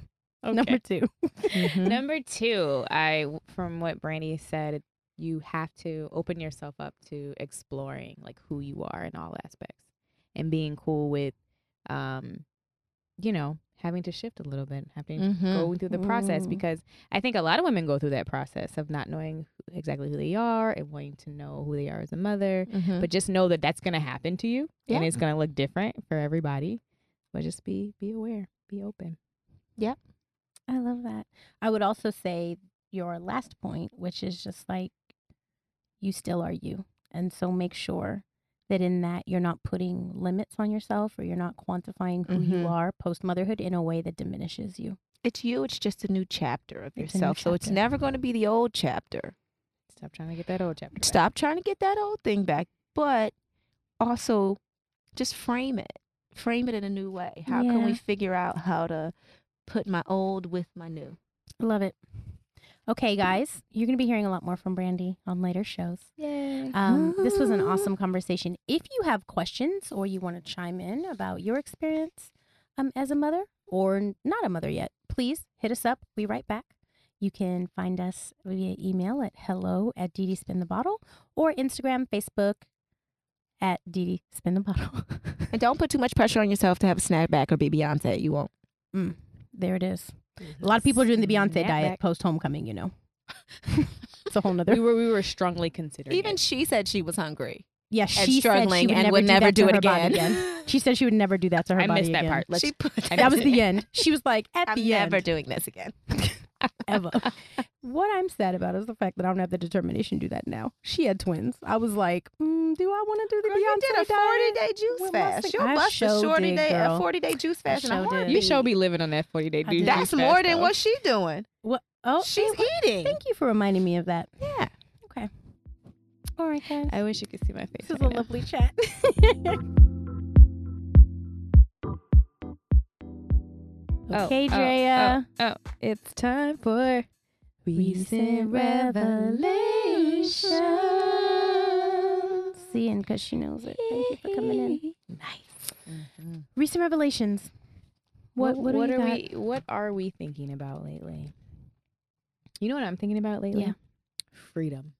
Speaker 2: Mm-hmm.
Speaker 1: Number two. Mm-hmm.
Speaker 2: Number two, I from what Brandy said, you have to open yourself up to exploring like who you are in all aspects and being cool with, um, you know, having to shift a little bit, having
Speaker 3: Mm-hmm.
Speaker 2: to going through the process
Speaker 1: Mm.
Speaker 2: because I think a lot of women go through that process of not knowing who- exactly who they are and wanting to know who they are as a mother,
Speaker 3: Mm-hmm.
Speaker 1: Mm.
Speaker 2: but just know that that's going to happen to you and
Speaker 3: Yeah.
Speaker 2: it's going to look different for everybody. But just be be aware, be open.
Speaker 1: I love that. I would also say your last point, which is just like you still are you. And so make sure that in that you're not putting limits on yourself or you're not quantifying who you
Speaker 3: Mhm.
Speaker 1: are post motherhood in a way that diminishes you.
Speaker 3: It's you. It's just a new chapter of
Speaker 1: It's a new
Speaker 3: yourself. So it's
Speaker 1: chapter.
Speaker 3: never going to be the old chapter.
Speaker 2: Stop trying to get that old chapter. back.
Speaker 3: Stop trying to get that old thing back, but also just frame it. Frame it in a new way. How can we
Speaker 1: Yeah.
Speaker 3: figure out how to put my old with my new?
Speaker 1: I love it. Okay, guys, you're going to be hearing a lot more from Brandy on later shows.
Speaker 2: Yay.
Speaker 1: Um, this was
Speaker 3: Ah.
Speaker 1: an awesome conversation. If you have questions or you want to chime in about your experience um, as a mother or n- not a mother yet, please hit us up. We write back. You can find us via email at hello at DD Spin the Bottle or Instagram, Facebook at DD Spin the Bottle.
Speaker 3: And don't put too much pressure on yourself to have a snapback or be Beyonce. You won't.
Speaker 1: Mm, there it is. A lot of people are doing the Beyonce diet post homecoming, you know. it's a whole nother.
Speaker 2: We were we were strongly considering
Speaker 3: Even
Speaker 2: it.
Speaker 3: she said she was hungry.
Speaker 1: Yeah,
Speaker 3: and
Speaker 1: she said she
Speaker 3: struggling
Speaker 1: would
Speaker 3: and
Speaker 1: never
Speaker 3: would
Speaker 1: do
Speaker 3: never
Speaker 1: that
Speaker 3: do
Speaker 1: to
Speaker 3: it
Speaker 1: her body
Speaker 3: again.
Speaker 1: She said she would never do that to her
Speaker 2: I
Speaker 1: body
Speaker 2: missed that
Speaker 1: again.
Speaker 2: part. Let's,
Speaker 3: she put
Speaker 2: I
Speaker 1: That was
Speaker 2: missed
Speaker 1: the
Speaker 2: it.
Speaker 1: end. She was like, at
Speaker 3: I'm
Speaker 1: the end.
Speaker 3: never doing this again.
Speaker 1: ever. what I'm sad about is the fact that I don't have the determination to do that now. She had twins. I was like, mm, do I want to do the
Speaker 3: Girl,
Speaker 1: Beyonce
Speaker 3: you did a
Speaker 1: diet?
Speaker 3: 40 day juice
Speaker 1: with my
Speaker 3: fast.
Speaker 1: sick-
Speaker 3: You'll
Speaker 1: I
Speaker 3: bust
Speaker 1: sure
Speaker 3: a shorty
Speaker 1: did,
Speaker 3: day,
Speaker 1: girl.
Speaker 3: a 40 day juice fast. in a
Speaker 1: sure
Speaker 3: heartbeat.
Speaker 1: did.
Speaker 2: You should be living on that forty day
Speaker 1: I
Speaker 2: juice.
Speaker 1: did.
Speaker 3: That's more than what she doing.
Speaker 1: What? Oh,
Speaker 3: She's
Speaker 1: thank-
Speaker 3: eating.
Speaker 1: Thank you for reminding me of that.
Speaker 3: Yeah.
Speaker 1: Okay. All right, guys.
Speaker 2: I wish you could see my face.
Speaker 1: this is a
Speaker 2: right now.
Speaker 1: lovely chat.
Speaker 2: Oh,
Speaker 1: okay,
Speaker 2: oh,
Speaker 1: Drea.
Speaker 2: Oh, oh, it's time for recent revelations.
Speaker 1: Seeing because she knows it. Thank you for coming in.
Speaker 2: Nice.
Speaker 1: Recent revelations. What what, do you
Speaker 2: are
Speaker 1: got?
Speaker 2: we what are we thinking about lately? You know what I'm thinking about lately?
Speaker 1: Yeah.
Speaker 2: Freedom.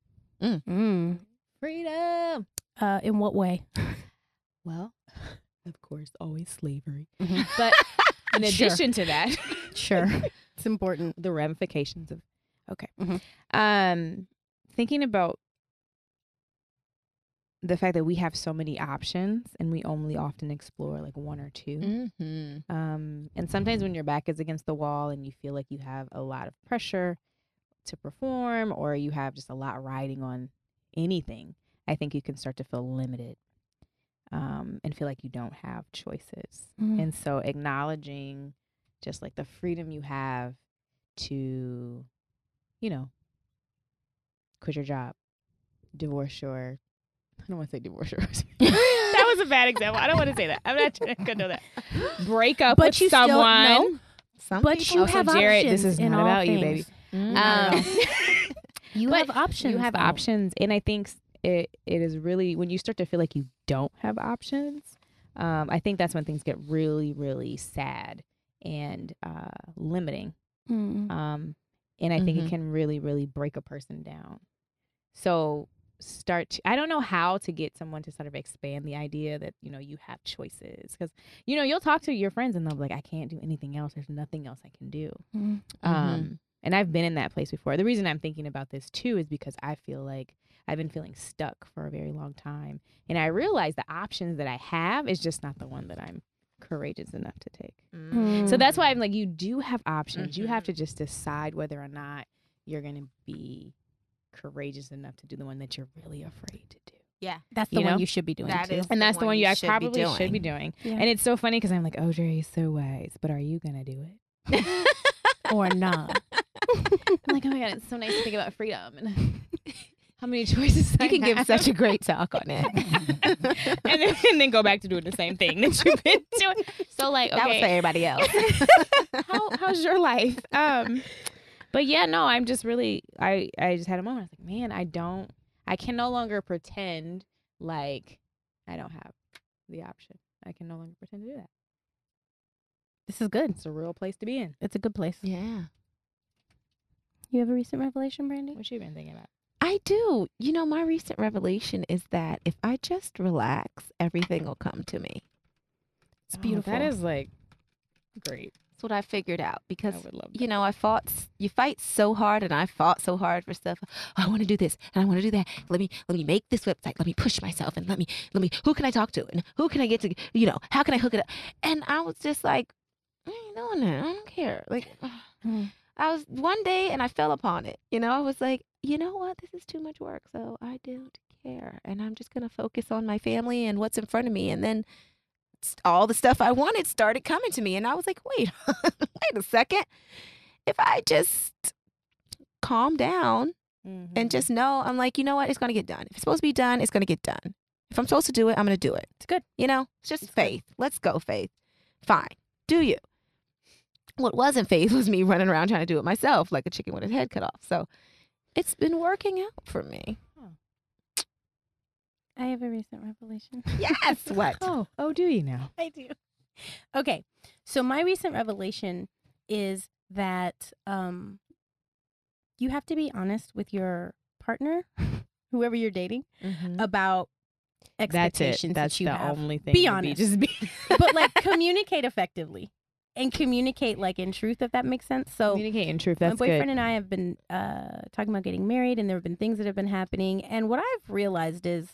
Speaker 1: Mm.
Speaker 2: Freedom.
Speaker 1: Uh, in what way?
Speaker 2: Well, of course, always slavery.
Speaker 1: Mhm.
Speaker 2: But in
Speaker 1: Sure.
Speaker 2: addition to that,
Speaker 1: Sure, it's important.
Speaker 2: the ramifications of okay
Speaker 1: Mhm.
Speaker 2: um thinking about the fact that we have so many options and we only often explore like one or 2
Speaker 3: Mm-hmm.
Speaker 2: um and sometimes when your back is against the wall and you feel like you have a lot of pressure to perform or you have just a lot riding on anything i think you can start to feel limited um and feel like you don't have choices
Speaker 1: Mm.
Speaker 2: and so acknowledging just like the freedom you have to, you know, quit your job, divorce your, I don't want to say divorce your. that was a bad example. I don't want to say that. I'm not trying to do that. Break up
Speaker 1: But
Speaker 2: with
Speaker 1: you still-
Speaker 2: someone.
Speaker 1: no.
Speaker 3: Some
Speaker 1: but
Speaker 3: people
Speaker 1: you
Speaker 2: Also,
Speaker 1: have
Speaker 2: Jared,
Speaker 1: options.
Speaker 2: this is
Speaker 1: in
Speaker 2: not
Speaker 1: all
Speaker 2: about you,
Speaker 1: things.
Speaker 3: Mm.
Speaker 1: Not at
Speaker 2: Um,
Speaker 1: You
Speaker 2: But
Speaker 1: have options.
Speaker 2: You have
Speaker 1: though.
Speaker 2: options, and I think s- it it is really when you start to feel like you don't have options. Um, I think that's when things get really, really sad and uh, limiting.
Speaker 1: Mm.
Speaker 2: Um, and I think it
Speaker 3: Mhm.
Speaker 2: can really, really break a person down. So start. To, I don't know how to get someone to sort of expand the idea that you know you have choices because you know you'll talk to your friends and they'll be like, I can't do anything else. There's nothing else I can do.
Speaker 1: Mm.
Speaker 2: Um, and I've been in that place before. The reason I'm thinking about this too is because I feel like I've been feeling stuck for a very long time. And I realize the options that I have is just not the one that I'm courageous enough to take.
Speaker 3: mm.
Speaker 2: So that's why I'm like, you do have options. You have to just decide whether or not you're going to be courageous enough to do the one that you're really afraid to do.
Speaker 1: That's the
Speaker 2: you
Speaker 1: one
Speaker 2: know?
Speaker 1: you should be doing.
Speaker 3: That
Speaker 1: too.
Speaker 3: is-
Speaker 2: And
Speaker 3: the
Speaker 2: that's the
Speaker 3: one
Speaker 2: one
Speaker 3: you
Speaker 2: you, I
Speaker 3: should be
Speaker 2: probably should
Speaker 3: doing.
Speaker 2: be doing.
Speaker 1: Yeah.
Speaker 2: And it's so funny because I'm like, oh, Jerry's so wise, but are you going to do it?
Speaker 1: or not.
Speaker 2: I'm like, oh my god, it's so nice to think about freedom and how many choices I
Speaker 3: you can give
Speaker 2: have.
Speaker 3: such a great talk on that.
Speaker 2: and, then, and then go back to doing the same thing that you've been doing. So like,
Speaker 3: That was for
Speaker 2: okay,
Speaker 3: everybody else.
Speaker 2: how, how's your life? Um, But yeah, no, I'm just really I I just had a moment. I was like, man, I don't I can no longer pretend like I don't have the option. I can no longer pretend to do that.
Speaker 1: This is good.
Speaker 2: It's a real place to be in.
Speaker 1: It's a good place.
Speaker 3: Yeah.
Speaker 1: You have a recent revelation, Brandy?
Speaker 2: What you been thinking about?
Speaker 3: I do. You know, my recent revelation is that if I just relax, everything will come to me.
Speaker 1: It's beautiful.
Speaker 2: Oh, that is like great.
Speaker 3: That's what I figured out because
Speaker 2: I would love that.
Speaker 3: you know, I fought. s- You fight so hard, and I fought so hard for stuff. I want to do this, and I want to do that. Let me, let me make this website. Let me push myself, and let me, let me. Who can I talk to, and who can I get to? You know, how can I hook it up? And I was just like, I ain't doing that. I don't care. Like,
Speaker 1: Mm.
Speaker 3: I was one day, and I fell upon it. You know, I was like, you know what? This is too much work, so I don't care, and I'm just gonna focus on my family and what's in front of me, and then. s- All the stuff I wanted started coming to me, and I was like, "Wait, wait a second if I just calm down
Speaker 2: Mm-hmm.
Speaker 3: and just know, I'm like, you know what? It's going to get done. If it's supposed to be done, it's going to get done. If I'm supposed to do it, I'm going to do it. It's
Speaker 1: good.
Speaker 3: You know, it's just faith. Let's go, faith. Fine. Do you? What wasn't faith was me running around trying to do it myself, like a chicken with its head cut off. So it's been working out for me.
Speaker 1: I have a recent revelation.
Speaker 3: Yes. what?
Speaker 2: Oh, oh, do you now?
Speaker 1: I do. Okay. So my recent revelation is that um you have to be honest with your partner, whoever you're dating, about
Speaker 2: Mm-hmm. That's it.
Speaker 1: expectations
Speaker 2: That's
Speaker 1: that you
Speaker 2: the
Speaker 1: have.
Speaker 2: only thing.
Speaker 1: Be
Speaker 2: would
Speaker 1: honest.
Speaker 2: Just be
Speaker 1: but like communicate effectively and communicate like in truth if that makes sense. So
Speaker 2: communicating truth. That's
Speaker 1: my boyfriend
Speaker 2: good.
Speaker 1: and I have been uh, talking about getting married, and there have been things that have been happening. And what I've realized is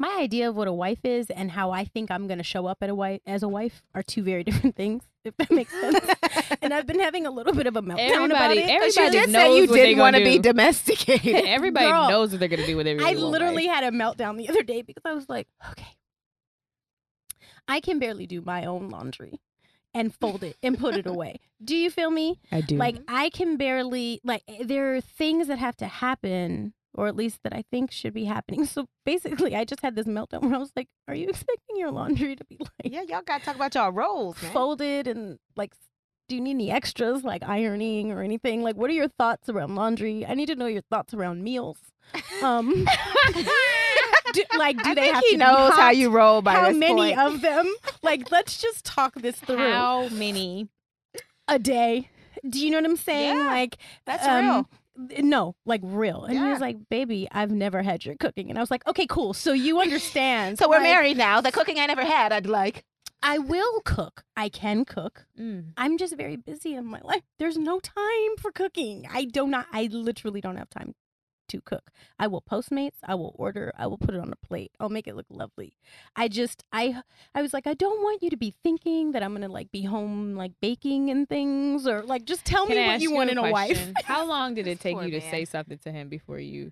Speaker 1: my idea of what a wife is and how I think I'm going to show up at a wife as a wife are two very different things, if that makes sense. and I've been having a little bit of a meltdown about
Speaker 2: Everybody,
Speaker 1: it.
Speaker 3: But you
Speaker 2: everybody
Speaker 3: did
Speaker 2: knows
Speaker 3: say you
Speaker 2: what they
Speaker 3: didn't want to
Speaker 2: gonna
Speaker 3: be
Speaker 2: do.
Speaker 3: domesticated.
Speaker 2: Everybody
Speaker 1: Girl,
Speaker 2: knows what they're gonna do with every.
Speaker 1: I literally had a meltdown the other day because I was like, okay, I can barely do my own laundry and fold it and put it away. Do you feel me?
Speaker 2: I do.
Speaker 1: Like
Speaker 3: Mm-hmm.
Speaker 1: I can barely like eh, there are things that have to happen or at least that I think should be happening. So basically I just had this meltdown where I was like, are you expecting your laundry to be like
Speaker 4: Yeah, y'all gotta talk about y'all roles, man.
Speaker 1: folded and like do you need any extras like ironing or anything? Like what are your thoughts around laundry? I need to know your thoughts around meals. Um do, like do
Speaker 3: I
Speaker 1: they
Speaker 3: think
Speaker 1: have
Speaker 3: he
Speaker 1: to be
Speaker 3: knows how
Speaker 1: hot?
Speaker 3: you roll by
Speaker 1: how
Speaker 3: this
Speaker 1: many
Speaker 3: point.
Speaker 1: of them? Like let's just talk this through
Speaker 2: how many?
Speaker 1: a day. Do you know what I'm saying?
Speaker 4: Yeah,
Speaker 1: like
Speaker 4: that's real.
Speaker 1: Um, th- No, like real. And he
Speaker 4: Yeah.
Speaker 1: was like, "Baby, I've never had your cooking." And I was like, "Okay, cool. So you understand."
Speaker 3: So we're
Speaker 1: Like,
Speaker 3: married now. The cooking I never had, I'd like.
Speaker 1: I will cook. I can cook.
Speaker 2: Mm,
Speaker 1: I'm just very busy in my life. There's no time for cooking. I do not. I literally don't have time to cook. I will Postmates. I will order. I will put it on a plate. I'll make it look lovely. I just. I. I was like, I don't want you to be thinking that I'm gonna like be home like baking and things or like just tell
Speaker 2: Can
Speaker 1: me
Speaker 2: I
Speaker 1: what
Speaker 2: ask
Speaker 1: you want
Speaker 2: a
Speaker 1: in a wife.
Speaker 2: question? How long did it
Speaker 4: This
Speaker 2: take
Speaker 4: poor
Speaker 2: you to
Speaker 4: man.
Speaker 2: say something to him before you,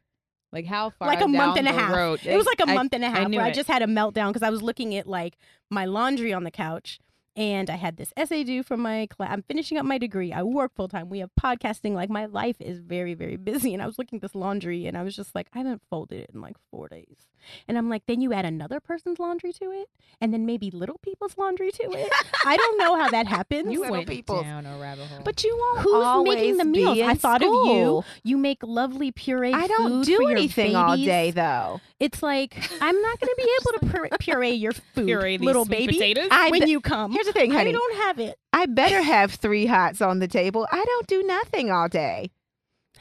Speaker 2: like, how far?
Speaker 1: Like a month
Speaker 2: down
Speaker 1: and a
Speaker 2: the
Speaker 1: half.
Speaker 2: Road?
Speaker 1: It was like a
Speaker 2: I-
Speaker 1: month and a half
Speaker 2: knew
Speaker 1: where I
Speaker 2: it.
Speaker 1: just had a meltdown because I was looking at like my laundry on the couch and I had this essay due from my class. I'm finishing up my degree. I work full time. We have podcasting. Like my life is very, very busy. And I was looking at this laundry and I was just like, I haven't folded it in like four days. And I'm like, then you add another person's laundry to it and then maybe little people's laundry to it. I don't know how that happens.
Speaker 2: you
Speaker 4: little
Speaker 2: went
Speaker 4: peoples.
Speaker 2: down a rabbit hole.
Speaker 3: But you won't.
Speaker 1: Who's
Speaker 3: always
Speaker 1: making the
Speaker 3: be
Speaker 1: meals?
Speaker 3: in
Speaker 1: I thought of you.
Speaker 3: school.
Speaker 1: You make lovely puree.
Speaker 3: I don't
Speaker 1: food
Speaker 3: do
Speaker 1: for your
Speaker 3: anything all
Speaker 1: babies.
Speaker 3: day though.
Speaker 1: It's like I'm not going to be able to pur- puree your food,
Speaker 2: Puree these
Speaker 1: little
Speaker 2: sweet
Speaker 1: baby,
Speaker 2: potatoes?
Speaker 3: I
Speaker 1: when
Speaker 3: be-
Speaker 1: you come.
Speaker 3: Here's the thing,
Speaker 1: I
Speaker 3: honey.
Speaker 1: don't have it,
Speaker 3: I better have three hots on the table. I don't do nothing all day.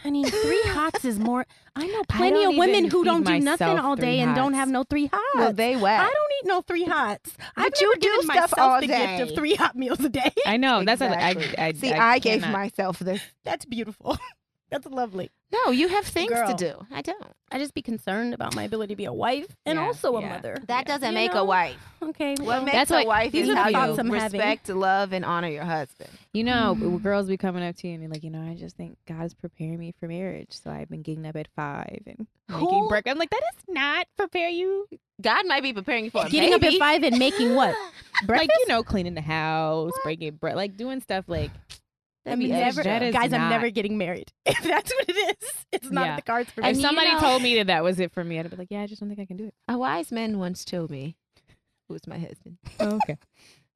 Speaker 1: honey. Three hots is more. I know plenty
Speaker 2: don't
Speaker 1: of women
Speaker 2: even
Speaker 1: who
Speaker 2: feed
Speaker 1: don't do nothing
Speaker 2: myself
Speaker 1: all
Speaker 2: three
Speaker 1: day and don't
Speaker 2: hots.
Speaker 1: have no three hots.
Speaker 3: Well, they wet.
Speaker 1: I don't eat no three hots. I've
Speaker 3: But you
Speaker 1: never
Speaker 3: do
Speaker 1: given
Speaker 3: stuff
Speaker 1: myself
Speaker 3: all
Speaker 1: the gift
Speaker 3: day.
Speaker 1: of three hot meals a day.
Speaker 2: I know
Speaker 3: Exactly.
Speaker 2: that's I, I
Speaker 3: See, I, gave
Speaker 2: cannot-
Speaker 3: myself this.
Speaker 1: That's beautiful. That's lovely.
Speaker 3: No, you have things
Speaker 1: Girl.
Speaker 3: to do. I don't.
Speaker 1: I just be concerned about my ability to be a wife and
Speaker 2: Yeah,
Speaker 1: also a
Speaker 2: yeah.
Speaker 1: mother.
Speaker 3: That doesn't
Speaker 1: You
Speaker 3: make
Speaker 1: know?
Speaker 3: a wife.
Speaker 1: Okay.
Speaker 3: What
Speaker 1: well,
Speaker 3: makes
Speaker 2: That's
Speaker 3: a
Speaker 2: what-
Speaker 3: wife
Speaker 1: these
Speaker 3: is
Speaker 1: are the
Speaker 3: how
Speaker 1: thoughts
Speaker 3: you
Speaker 1: I'm having.
Speaker 3: respect, love, and honor your husband.
Speaker 2: You know,
Speaker 1: Mm.
Speaker 2: girls be coming up to you and be like, you know, I just think God is preparing me for marriage. So I've been getting up at five and making
Speaker 3: Who-
Speaker 2: breakfast. I'm like, that is not prepare you.
Speaker 3: God might be preparing you for a
Speaker 1: getting up at
Speaker 3: baby.
Speaker 1: five and making what?
Speaker 2: Like, you know, cleaning the house, breaking bread, like doing stuff like
Speaker 1: I'm
Speaker 3: That'd be
Speaker 1: never,
Speaker 3: extra.
Speaker 2: That is
Speaker 1: guys. I'm
Speaker 2: not-
Speaker 1: never getting married. If that's what it is, it's not
Speaker 2: Yeah.
Speaker 1: at the cards for me.
Speaker 3: And
Speaker 2: if
Speaker 3: you
Speaker 2: somebody
Speaker 3: know-
Speaker 2: told me that that was it for me, I'd be like, yeah, I just don't think I can do it.
Speaker 3: A wise man once told me, who was my husband,
Speaker 5: Oh,
Speaker 2: okay.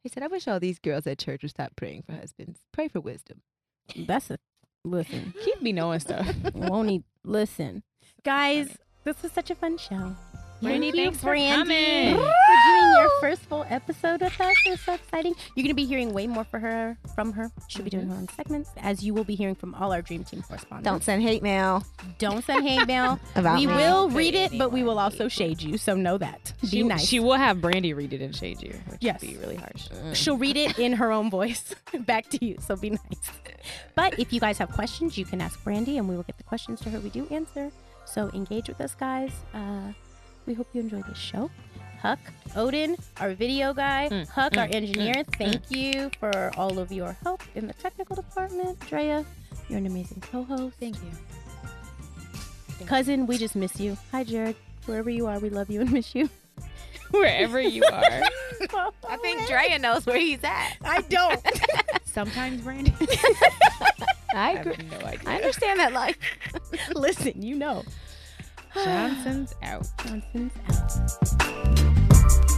Speaker 3: he said, I wish all these girls at church would stop praying for husbands. Pray for wisdom.
Speaker 1: That's a Listen,
Speaker 2: Keith be knowing stuff.
Speaker 1: won't he? Listen, guys, this was such a fun show.
Speaker 5: Brandy,
Speaker 1: Thank you,
Speaker 5: thanks for
Speaker 1: Brandy,
Speaker 5: coming.
Speaker 1: for doing your first full episode with us. It's so exciting. You're going to be hearing way more for her from her. She'll be doing her own segments, as you will be hearing from all our Dream Team
Speaker 6: Don't
Speaker 1: correspondents.
Speaker 6: send hate mail
Speaker 1: don't send hate mail.
Speaker 6: about
Speaker 1: we
Speaker 6: me.
Speaker 1: will read it, but we will also shade you. So know that. Be
Speaker 5: She,
Speaker 1: nice.
Speaker 5: she will have Brandy read it and shade you, which
Speaker 1: Yes.
Speaker 5: would be really harsh.
Speaker 1: She'll read it in her own voice back to you, so be nice. But if you guys have questions, you can ask Brandy, and we will get the questions to her. We do answer. So engage with us, guys. Uh, we hope you enjoy this show. Huck, Odin, our video guy, Huck, our engineer, thank you for all of your help in the technical department. Drea, you're an amazing co host. Thank you. Cousin, we just miss you. Hi, Jared. Wherever you are, we love you and miss you.
Speaker 5: Wherever you are.
Speaker 3: I think Drea knows where he's at.
Speaker 1: I don't.
Speaker 5: Sometimes Brandy.
Speaker 6: I
Speaker 5: I
Speaker 6: agree.
Speaker 5: have no idea.
Speaker 6: I understand that life.
Speaker 1: Listen, you know.
Speaker 5: Johnson's out.
Speaker 1: Johnson's out.